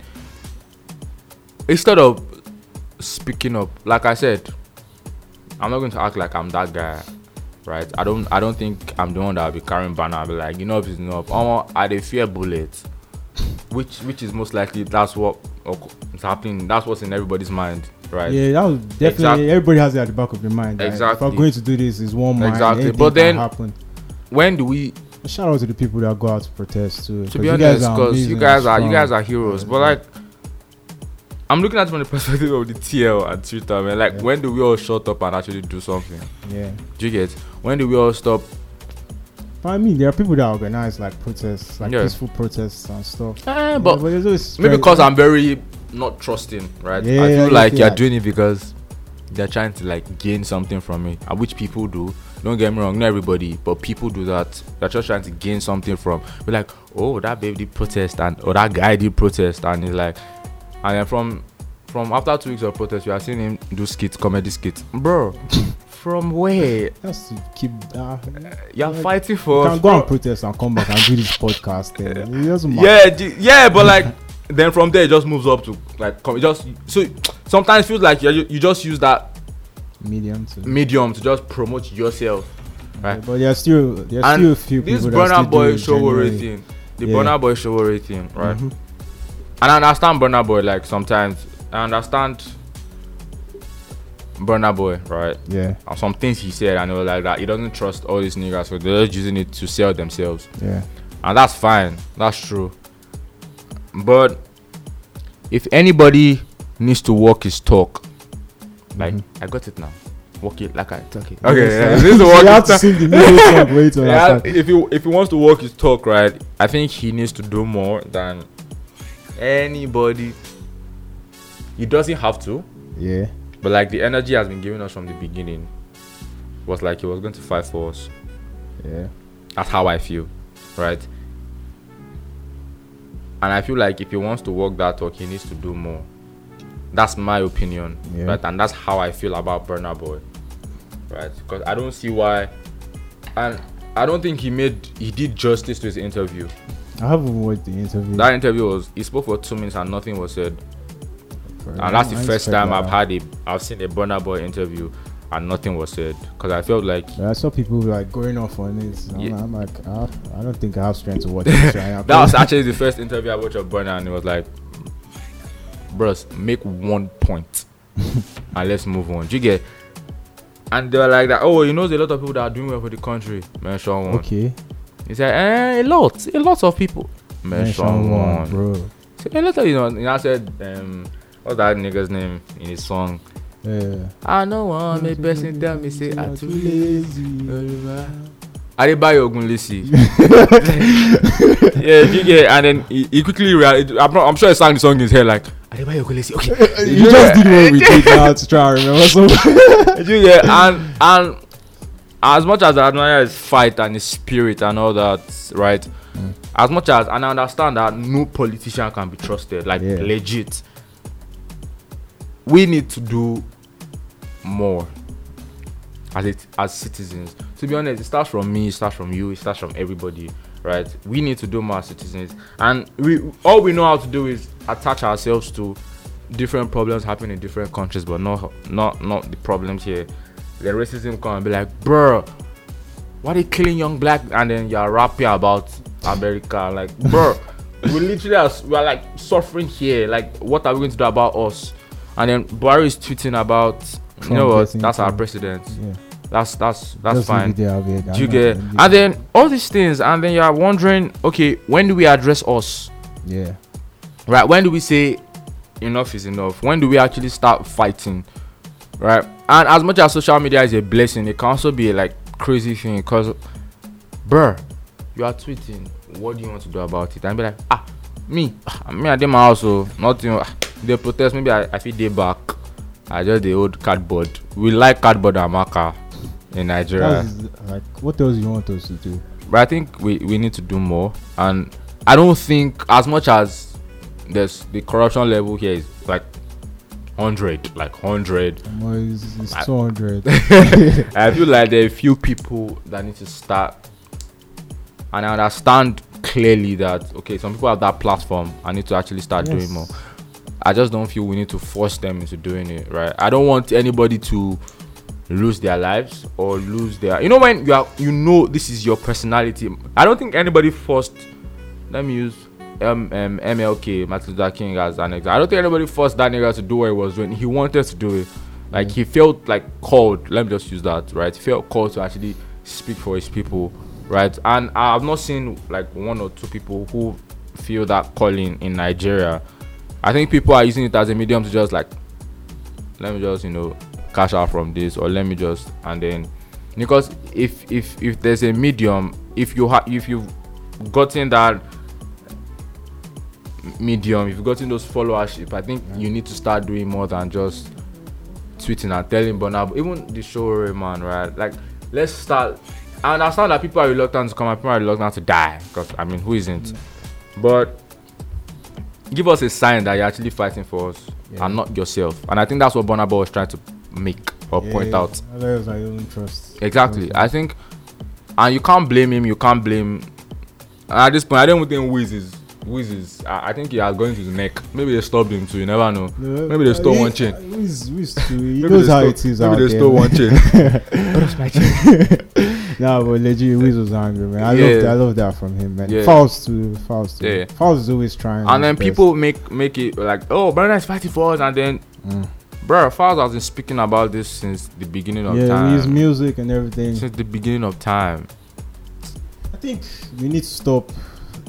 Speaker 1: instead of speaking up, like I said, I'm not going to act like I'm that guy, right? I don't I don't think I'm the one that will be carrying banner. I'll be like, you know, if it's enough, oh, I they fear bullets, which which is most likely that's what oc- is happening. That's what's in everybody's mind, right?
Speaker 2: yeah, that was definitely
Speaker 1: Exact-
Speaker 2: everybody has it at the back of their mind. that
Speaker 1: Exactly.
Speaker 2: If I'm going to do this, is one mind.
Speaker 1: Exactly.
Speaker 2: anything
Speaker 1: But
Speaker 2: can
Speaker 1: then-
Speaker 2: happen.
Speaker 1: When do we
Speaker 2: Shout out to the people that go out to protest too.
Speaker 1: to be honest because you guys are you guys
Speaker 2: are.
Speaker 1: are heroes
Speaker 2: Yeah,
Speaker 1: but
Speaker 2: yeah.
Speaker 1: like i'm looking at it from the perspective of the tl and twitter man like
Speaker 2: Yeah.
Speaker 1: when do we all shut up and actually do something
Speaker 2: amazing and strong. Yeah.
Speaker 1: do you get when do we all stop
Speaker 2: But I mean, there are people that organize like protests, like
Speaker 1: Yeah.
Speaker 2: peaceful protests and stuff.
Speaker 1: Eh, but
Speaker 2: Yeah, there's always
Speaker 1: maybe
Speaker 2: strength.
Speaker 1: because i'm very not trusting right
Speaker 2: Yeah,
Speaker 1: i
Speaker 2: yeah,
Speaker 1: feel
Speaker 2: I
Speaker 1: like
Speaker 2: get
Speaker 1: you're
Speaker 2: that.
Speaker 1: doing it because they're trying to like gain something from it and which people do don't get me wrong not everybody but people do that they're just trying to gain something from be like oh that baby did protest and or that guy did protest and it's like and then from from after two weeks of protest you are seeing him do skits comedy skits bro from where
Speaker 2: Just to keep.
Speaker 1: Eh,
Speaker 2: Uh,
Speaker 1: you're
Speaker 2: Like,
Speaker 1: fighting
Speaker 2: you
Speaker 1: for
Speaker 2: can go and protest and come back and do this podcast. Thing. It doesn't matter.
Speaker 4: Yeah,
Speaker 1: yeah ju- yeah but like then from there it just moves up to like com- it just so sometimes it feels like you you just use that
Speaker 2: Medium to.
Speaker 1: medium to just promote yourself. Mm, Right.
Speaker 2: But there are still there are
Speaker 1: And
Speaker 2: still a few
Speaker 1: This
Speaker 2: people that still
Speaker 1: Burner
Speaker 2: do
Speaker 1: Boy
Speaker 2: it
Speaker 1: Showore
Speaker 2: genuinely.
Speaker 1: thing, the
Speaker 2: Yeah.
Speaker 1: Burner Boy Showore thing, right?
Speaker 2: Mhm.
Speaker 1: And I understand Burner Boy like sometimes I understand Burner Boy, right?
Speaker 2: Yeah,
Speaker 1: And some things he said and it was like that. He doesn't trust all these niggas, so they're just using it to sell themselves,
Speaker 2: yeah.
Speaker 1: and that's fine. That's true. But if anybody needs to walk his talk, like
Speaker 2: Mhm.
Speaker 1: I got it now, walk it like I talk it.
Speaker 4: Mm-hmm. Okay,
Speaker 2: Yes,
Speaker 4: yeah,
Speaker 2: uh,
Speaker 4: this is the
Speaker 2: you
Speaker 4: one
Speaker 2: have
Speaker 4: that-
Speaker 2: to sing the middle song. Wait till
Speaker 4: Yeah,
Speaker 2: after.
Speaker 4: if he if he wants to walk his talk right,
Speaker 1: I think he needs to do more than anybody. He doesn't have to,
Speaker 2: Yeah,
Speaker 1: but like the energy has been given us from the beginning was like he was going to fight for us.
Speaker 2: yeah.
Speaker 1: That's how I feel, right? And I feel like if he wants to walk that talk, he needs to do more. That's my opinion,
Speaker 2: Yeah.
Speaker 1: right? And that's how I feel about Burna Boy, right? Because I don't see why, and I don't think he made he did justice to his interview.
Speaker 2: I haven't watched the interview.
Speaker 1: That interview was he spoke for two minutes and nothing was said. And that's the first time I've had a I've seen a Burner Boy interview and nothing was said because I felt like
Speaker 2: I saw people like going off on this. I'm,
Speaker 1: Yeah.
Speaker 2: I'm like, ah, I don't think I have strength to watch this. that
Speaker 1: that was actually the first interview I watched of Burner and it was like, bros, make one point and let's move on. Do you get? And they were like that. Oh, you know, there's a lot of people that are doing well for the country. Mention one.
Speaker 2: okay.
Speaker 1: He said, eh, a lot, a lot of people. Mention,
Speaker 2: Mention
Speaker 1: one.
Speaker 2: bro.
Speaker 1: So, a lot of you know. And I said, um, what's that nigga's name in his song?
Speaker 2: Yeah.
Speaker 1: I know one
Speaker 2: Hmm.
Speaker 1: make person tell me say I too late.
Speaker 2: lazy.
Speaker 1: Adebayo Ogunlisi. yeah, you get, and then he, he quickly realized. I'm, not, I'm sure he sang the song in his head like Adebayo Ogunlisi. Okay,
Speaker 2: You just did what we did now to try and remember. So
Speaker 1: you get, and and as much as I admire his fight and his spirit and all that, right? As much as and I understand that no politician can be trusted, like
Speaker 2: Yeah.
Speaker 1: legit. We need to do more as it as citizens. To be honest, it starts from me, it starts from you, it starts from everybody, right? We need to do more as citizens, and we all we know how to do is attach ourselves to different problems happening in different countries, but not not not the problems here. Then racism come and be like, bro, why they killing young black? And then you're rapping about America, like, bro, we literally are we are like suffering here. Like, what are we going to do about us? And then Barry is tweeting about, you know
Speaker 2: Trump
Speaker 1: what?
Speaker 2: getting
Speaker 1: That's our
Speaker 2: killed.
Speaker 1: president
Speaker 2: yeah,
Speaker 1: that's that's that's
Speaker 2: just leave
Speaker 1: fine
Speaker 2: it there, I'll be like,
Speaker 1: do you
Speaker 2: I'm
Speaker 1: get
Speaker 2: not
Speaker 1: and
Speaker 2: gonna
Speaker 1: then all these things and then you're wondering okay when do we address us
Speaker 2: do it.
Speaker 1: right when do we say enough is enough when do we actually start fighting right and as much as social media is a blessing it can also be like crazy thing because bruh you are tweeting what do you want to do about it? And be like, ah, me, ah, me, I did my house, so nothing. Ah, they protest, maybe I, I feel they back. I just the old cardboard. We like cardboard and marker in Nigeria.
Speaker 2: That's, like, what else you want us to do?
Speaker 1: but I think we, we need to do more. And I don't think as much as there's the corruption level here is like hundred, like hundred.
Speaker 2: Omo, It's, it's
Speaker 1: I-
Speaker 2: 200.
Speaker 1: I feel like there are a few people that need to start and I understand clearly that okay, some people have that platform. I need to actually start
Speaker 2: Yes.
Speaker 1: doing more. I just don't feel we need to force them into doing it, right? I don't want anybody to lose their lives or lose their you know when you are you know this is your personality. I don't think anybody forced let me use M- um, MLK Martin Luther King as an example. I don't think anybody forced that nigga to do what he was doing. He wanted to do it. Like he felt like called. Let me just use that, right? He felt called to actually speak for his people, right? And I've not seen like one or two people who feel that calling in Nigeria. I think people are using it as a medium to just like let me just you know cash out from this or let me just and then because if if if there's a medium if you have if you've gotten that medium if you've gotten those followership i think you need to start doing more than just tweeting and telling but now even the show man right like let's start i understand that people are reluctant to come and people are reluctant to die because i mean who isn't but give us a sign that you're actually fighting for us
Speaker 2: Yeah.
Speaker 1: and not yourself and i think that's what Burna Boy was trying to make or point
Speaker 2: Yeah,
Speaker 1: out
Speaker 2: Otherwise, I don't trust.
Speaker 1: Exactly. I think, and you can't blame him. You can't blame. and at this point, I don't even think Wiz is. Wiz is. I, I think he has gone into the neck. Maybe they stopped him too. You never know.
Speaker 2: No,
Speaker 1: Maybe they stole
Speaker 2: he-
Speaker 1: one chain.
Speaker 2: He, is- he is too- he
Speaker 5: Maybe
Speaker 2: knows
Speaker 5: they
Speaker 2: how
Speaker 5: stole-
Speaker 2: it is
Speaker 5: Maybe
Speaker 2: out
Speaker 5: they
Speaker 2: there.
Speaker 5: stole one chain.
Speaker 2: Nah, but legit, Wiz was angry, man. I
Speaker 1: Yeah.
Speaker 2: love that. I love that from him, man.
Speaker 1: Yeah.
Speaker 2: Fouls to fouls to.
Speaker 1: Yeah.
Speaker 2: Fouls is always trying.
Speaker 1: And then
Speaker 2: his best.
Speaker 1: people make make it like, oh, Burna is fighting for us, and then,
Speaker 2: Mm.
Speaker 1: bro, Fowls has been speaking about this since the beginning of
Speaker 2: Yeah, his
Speaker 1: time.
Speaker 2: music and everything.
Speaker 1: Since the beginning of time.
Speaker 2: I think we need to stop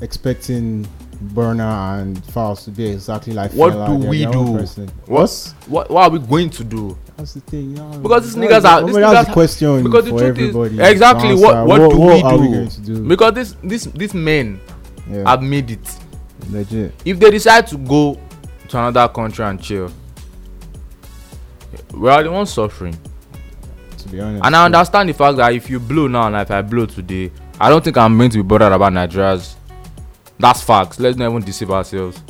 Speaker 2: expecting Burner and Fouls to be exactly like.
Speaker 1: What
Speaker 2: Fela.
Speaker 1: do
Speaker 2: They're
Speaker 1: we
Speaker 2: their own
Speaker 1: do?
Speaker 2: person.
Speaker 1: What's what? What are we going to do?
Speaker 2: That's the thing. you know.
Speaker 1: Because these
Speaker 2: That-
Speaker 1: niggas are-
Speaker 2: that-
Speaker 1: these
Speaker 2: that's
Speaker 1: niggas-
Speaker 2: the question
Speaker 1: because the
Speaker 2: for
Speaker 1: truth is-
Speaker 2: everybody.
Speaker 1: exactly,
Speaker 2: to
Speaker 1: what-
Speaker 2: answer.
Speaker 1: what do we
Speaker 2: are we
Speaker 1: do?
Speaker 2: going to do?
Speaker 1: Because this this these men
Speaker 2: Mm. yeah,
Speaker 1: have made it.
Speaker 2: legit.
Speaker 1: if they decide to go to another country and chill we are the ones suffering
Speaker 2: To be honest.
Speaker 1: and i understand the fact that if you blow now and if i blow today i don't think i'm going to be bothered about nigeria's that's facts let's not even deceive ourselves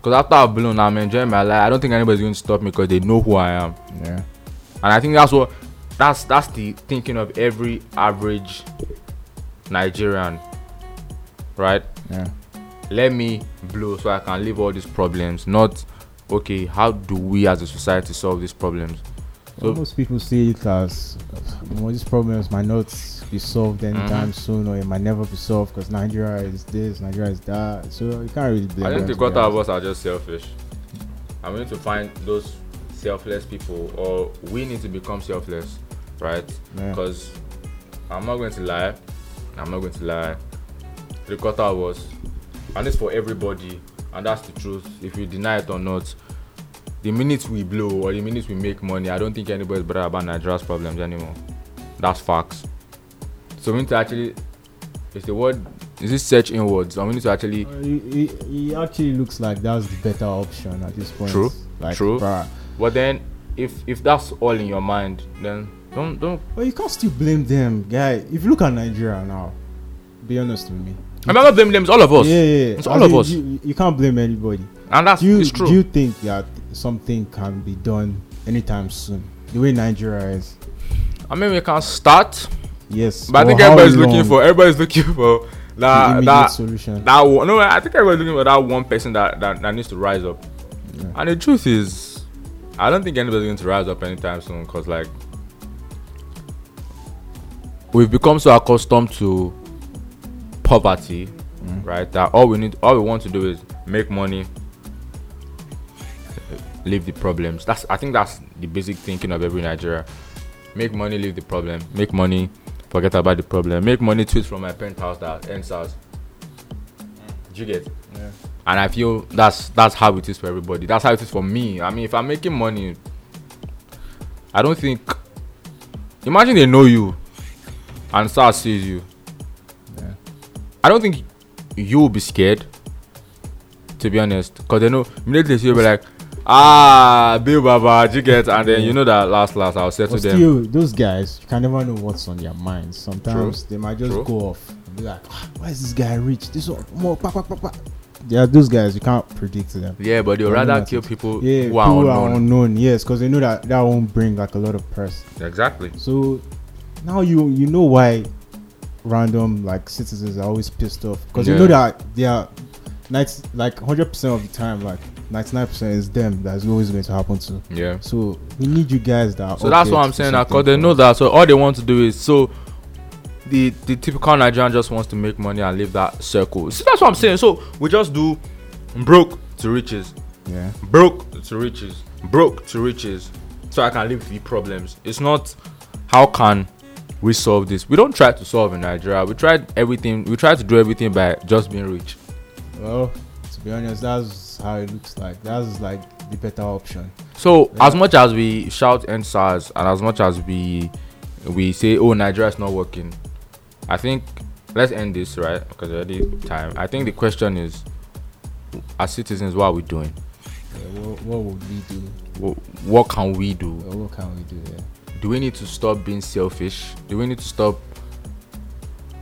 Speaker 1: because after i've blown i'm enjoying my life i don't think anybody's going to stop me because they know who i am
Speaker 2: Yeah.
Speaker 1: and i think that's what that's that's the thinking of every average nigerian right
Speaker 2: Yeah.
Speaker 1: let me blow so I can leave all these problems. Not okay, how do we as a society solve these problems? So-
Speaker 2: most people see it as well, these problems might not be solved
Speaker 1: Mm-hmm.
Speaker 2: anytime soon, or it might never be solved because Nigeria is this, Nigeria is that. So you can't really blame
Speaker 1: I think the
Speaker 2: them, to be
Speaker 1: quarter
Speaker 2: honest.
Speaker 1: of us are just selfish, and we need to find those selfless people, or we need to become selfless, right?
Speaker 2: Yeah.
Speaker 1: Because I'm not going to lie, I'm not going to lie. The quarter of us, and it's for everybody, and that's the truth. If you deny it or not, the minutes we blow or the minutes we make money, I don't think anybody's bothered about Nigeria's problems anymore. That's facts. So we need to actually, is the word, is it search inwards? And we need to actually
Speaker 2: It, it, it actually looks like that's the better option at this point.
Speaker 1: True,
Speaker 2: Like,
Speaker 1: true.
Speaker 2: bruh.
Speaker 1: But then, if if that's all in your mind, then don't don't.
Speaker 2: But you can't still blame them, guy. If you look at Nigeria now, be honest with me.
Speaker 1: I'm not blaming them. It's all of us,
Speaker 2: Yeah, yeah, yeah.
Speaker 1: It's
Speaker 2: I
Speaker 1: all of
Speaker 2: mean,
Speaker 1: us.
Speaker 2: You, you can't blame anybody.
Speaker 1: and that's
Speaker 2: Do you,
Speaker 1: it's true.
Speaker 2: do you think that something can be done anytime soon? The way Nigeria is,
Speaker 1: I mean, we can start,
Speaker 2: yes.
Speaker 5: But I
Speaker 2: for
Speaker 5: think
Speaker 2: how
Speaker 5: everybody's looking
Speaker 2: long?
Speaker 5: for everybody's looking for
Speaker 2: The
Speaker 5: that
Speaker 2: immediate
Speaker 5: that
Speaker 2: solution.
Speaker 5: that one. No, I think everybody's looking for that one person that that, that needs to rise up. And the truth is, I don't think anybody's going to rise up anytime soon. Cause like
Speaker 1: we've become so accustomed to poverty, right? That all we need, all we want to do is make money, leave the problems. That's I think that's the basic thinking of every Nigeria. Make money, leave the problem. Make money, forget about the problem. Make money, tweet from my penthouse that ends house. Do you get?
Speaker 2: Yeah.
Speaker 1: And I feel that's that's how it is for everybody. That's how it is for me. I mean, if I'm making money, I don't think. Imagine they know you, and SARS sees you.
Speaker 2: Yeah.
Speaker 1: I don't think you'll be scared. To be honest, because they know immediately you'll be like, ah, Bill Baba, you get, and then you know that last last I'll settle
Speaker 2: But
Speaker 1: them.
Speaker 2: still, those guys, you can never know what's on their minds. Sometimes they might just
Speaker 1: True.
Speaker 2: go off and be like, "Ah, why is this guy rich? This one more pa, pa, pa, pa." Yeah, those guys you can't predict them.
Speaker 1: yeah, but they'll
Speaker 2: I know
Speaker 1: rather
Speaker 2: that's
Speaker 1: kill
Speaker 2: it.
Speaker 1: people
Speaker 2: Yeah,
Speaker 1: who are
Speaker 2: people
Speaker 1: unknown.
Speaker 2: are unknown. Yes, because they know that that won't bring like a lot of press.
Speaker 1: Exactly.
Speaker 2: So now you you know why random like citizens are always pissed off because you
Speaker 1: Yeah.
Speaker 2: know that they are nights like hundred percent of the time like ninety nine percent is them that's always going to happen to.
Speaker 1: Yeah.
Speaker 2: So we need you guys that. are
Speaker 1: So that's
Speaker 2: okay
Speaker 1: what
Speaker 2: to
Speaker 1: I'm
Speaker 2: do
Speaker 1: saying. Because
Speaker 2: something
Speaker 1: they
Speaker 2: for
Speaker 1: know
Speaker 2: us.
Speaker 1: that, so all they want to do is so. The, the typical Nigerian just wants to make money and leave that circle. See, that's what I'm saying. So we just do broke to riches,
Speaker 2: Yeah.
Speaker 1: broke to riches, broke to riches, so I can live the problems. It's not how can we solve this. We don't try to solve in Nigeria. We tried everything. We try to do everything by just being rich.
Speaker 2: Well, to be honest, that's how it looks like. That's like the better option.
Speaker 1: So as much as we shout end SARS and as much as we we say oh Nigeria is not working, I think let's end this right because already time. I think the question is, as citizens, what are we doing?
Speaker 2: Yeah, what, what would we do?
Speaker 1: Wh- What can we do?
Speaker 2: Well, what can we do? Yeah.
Speaker 1: Do we need to stop being selfish? Do we need to stop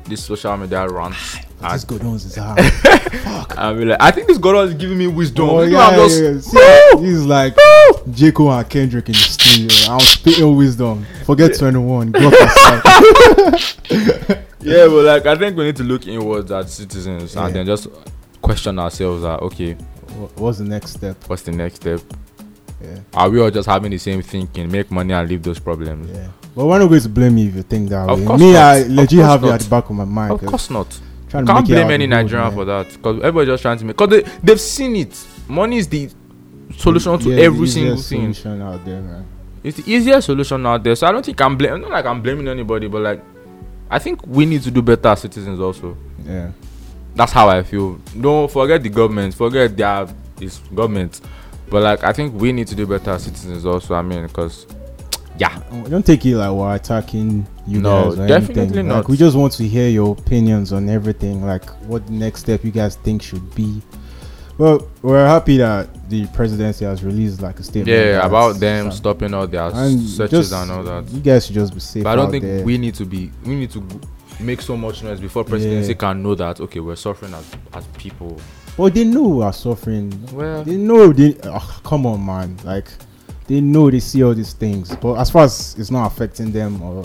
Speaker 1: this social media rants?
Speaker 2: This
Speaker 1: And,
Speaker 2: good ones is hard.
Speaker 1: and be like, I think this God is giving me wisdom.
Speaker 2: Oh,
Speaker 1: You know, I'm
Speaker 2: yeah,
Speaker 1: just-
Speaker 2: yeah,
Speaker 1: Woo!
Speaker 2: See, he's like Jaco and Kendrick in the studio. I'm spitting wisdom. Forget 21. Go outside.
Speaker 1: yeah, but like I think we need to look inwards at citizens
Speaker 2: Yeah.
Speaker 1: and then just question ourselves that okay,
Speaker 2: Wha- What's the next step?
Speaker 1: what's the next step?
Speaker 2: Yeah,
Speaker 1: Are we all just having the same thinking, make money and leave those problems?
Speaker 2: yeah. But we're not going to blame you if you think that
Speaker 1: Of
Speaker 2: way.
Speaker 1: course
Speaker 2: Me,
Speaker 1: not.
Speaker 2: I
Speaker 1: Of
Speaker 2: legit
Speaker 1: course
Speaker 2: have you
Speaker 1: not.
Speaker 2: at the back of my mind.
Speaker 1: Of
Speaker 2: 'cause
Speaker 1: course not.
Speaker 2: Trying
Speaker 1: Can't
Speaker 2: make it out
Speaker 1: blame
Speaker 2: of
Speaker 1: any
Speaker 2: the road,
Speaker 1: Nigerian
Speaker 2: man.
Speaker 1: for that because everybody's just trying to make because they they've seen it. Money is the solution to
Speaker 2: Yeah, the
Speaker 1: every single
Speaker 2: easiest
Speaker 1: thing.
Speaker 2: solution out there, man.
Speaker 1: It's the easiest solution out there. So I don't think I'm blaming. Not like I'm blaming anybody, but like I think we need to do better as citizens also.
Speaker 2: Yeah.
Speaker 1: That's how I feel. Don't forget the government. Forget their this government. But like I think we need to do better as citizens also. I mean, because yeah,
Speaker 2: Oh, Don't take it like we're attacking you
Speaker 1: No,
Speaker 2: guys or
Speaker 1: definitely
Speaker 2: anything. Like,
Speaker 1: not.
Speaker 2: we just want to hear your opinions on everything, like what the next step you guys think should be. Well, we're happy that the presidency has released like a statement.
Speaker 1: yeah,
Speaker 2: that's-
Speaker 1: about them
Speaker 2: that's-
Speaker 1: stopping all their
Speaker 2: and
Speaker 1: searches
Speaker 2: just-
Speaker 1: and all that.
Speaker 2: You guys should just be safe.
Speaker 1: But I don't
Speaker 2: out
Speaker 1: think
Speaker 2: there.
Speaker 1: we need to be. We need to g- make so much noise before presidency
Speaker 2: Yeah.
Speaker 1: can know that okay, we're suffering as as people.
Speaker 2: But they know we are suffering.
Speaker 1: Well-
Speaker 2: they know they. ah, come on, man. Like they know they see all these things. But as far as it's not affecting them, or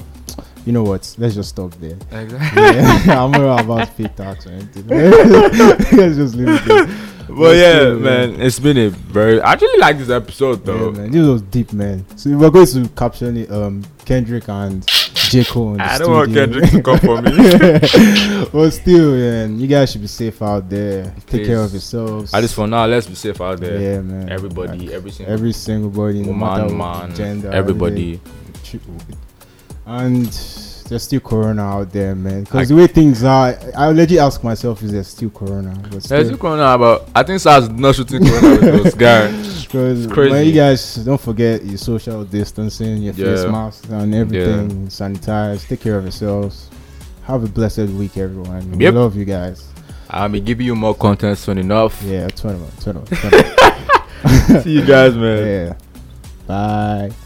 Speaker 2: you know what? Let's just stop there.
Speaker 1: Exactly.
Speaker 2: yeah, I'm not about pay tax or anything. Let's just leave it there.
Speaker 1: But yeah,
Speaker 2: Let's see,
Speaker 1: man, it's been a very. I actually like this episode
Speaker 2: Yeah,
Speaker 1: though.
Speaker 2: man, this was deep, man. So we're going to caption it, um, Kendrick and J Cole. in the
Speaker 1: I don't want
Speaker 2: studio.
Speaker 1: Kendrick to come for me.
Speaker 2: but still, man, you guys should be safe out there. Take care of
Speaker 1: Please.
Speaker 2: yourselves.
Speaker 1: At least for now, let's be safe out there.
Speaker 2: yeah, man.
Speaker 1: Everybody, every
Speaker 2: Like,
Speaker 1: single
Speaker 2: every single body, no matter
Speaker 1: woman,
Speaker 2: what
Speaker 1: man,
Speaker 2: gender,
Speaker 1: everybody.
Speaker 2: everything. And there's still corona out there, man. Because the way things are, I legit ask myself, is there still corona? But still,
Speaker 1: There's still corona about. I think SARS not shooting corona with those guys.
Speaker 2: Because
Speaker 1: crazy.
Speaker 2: when you guys don't forget your social distancing, your face
Speaker 1: Yeah.
Speaker 2: masks, and everything, sanitize, take care of yourselves. Have a blessed week, everyone. We
Speaker 1: Yep.
Speaker 2: love you guys.
Speaker 1: I'll be giving you more content soon enough.
Speaker 2: Yeah, 21, 21, 21.
Speaker 1: See you guys, man.
Speaker 2: yeah. Bye.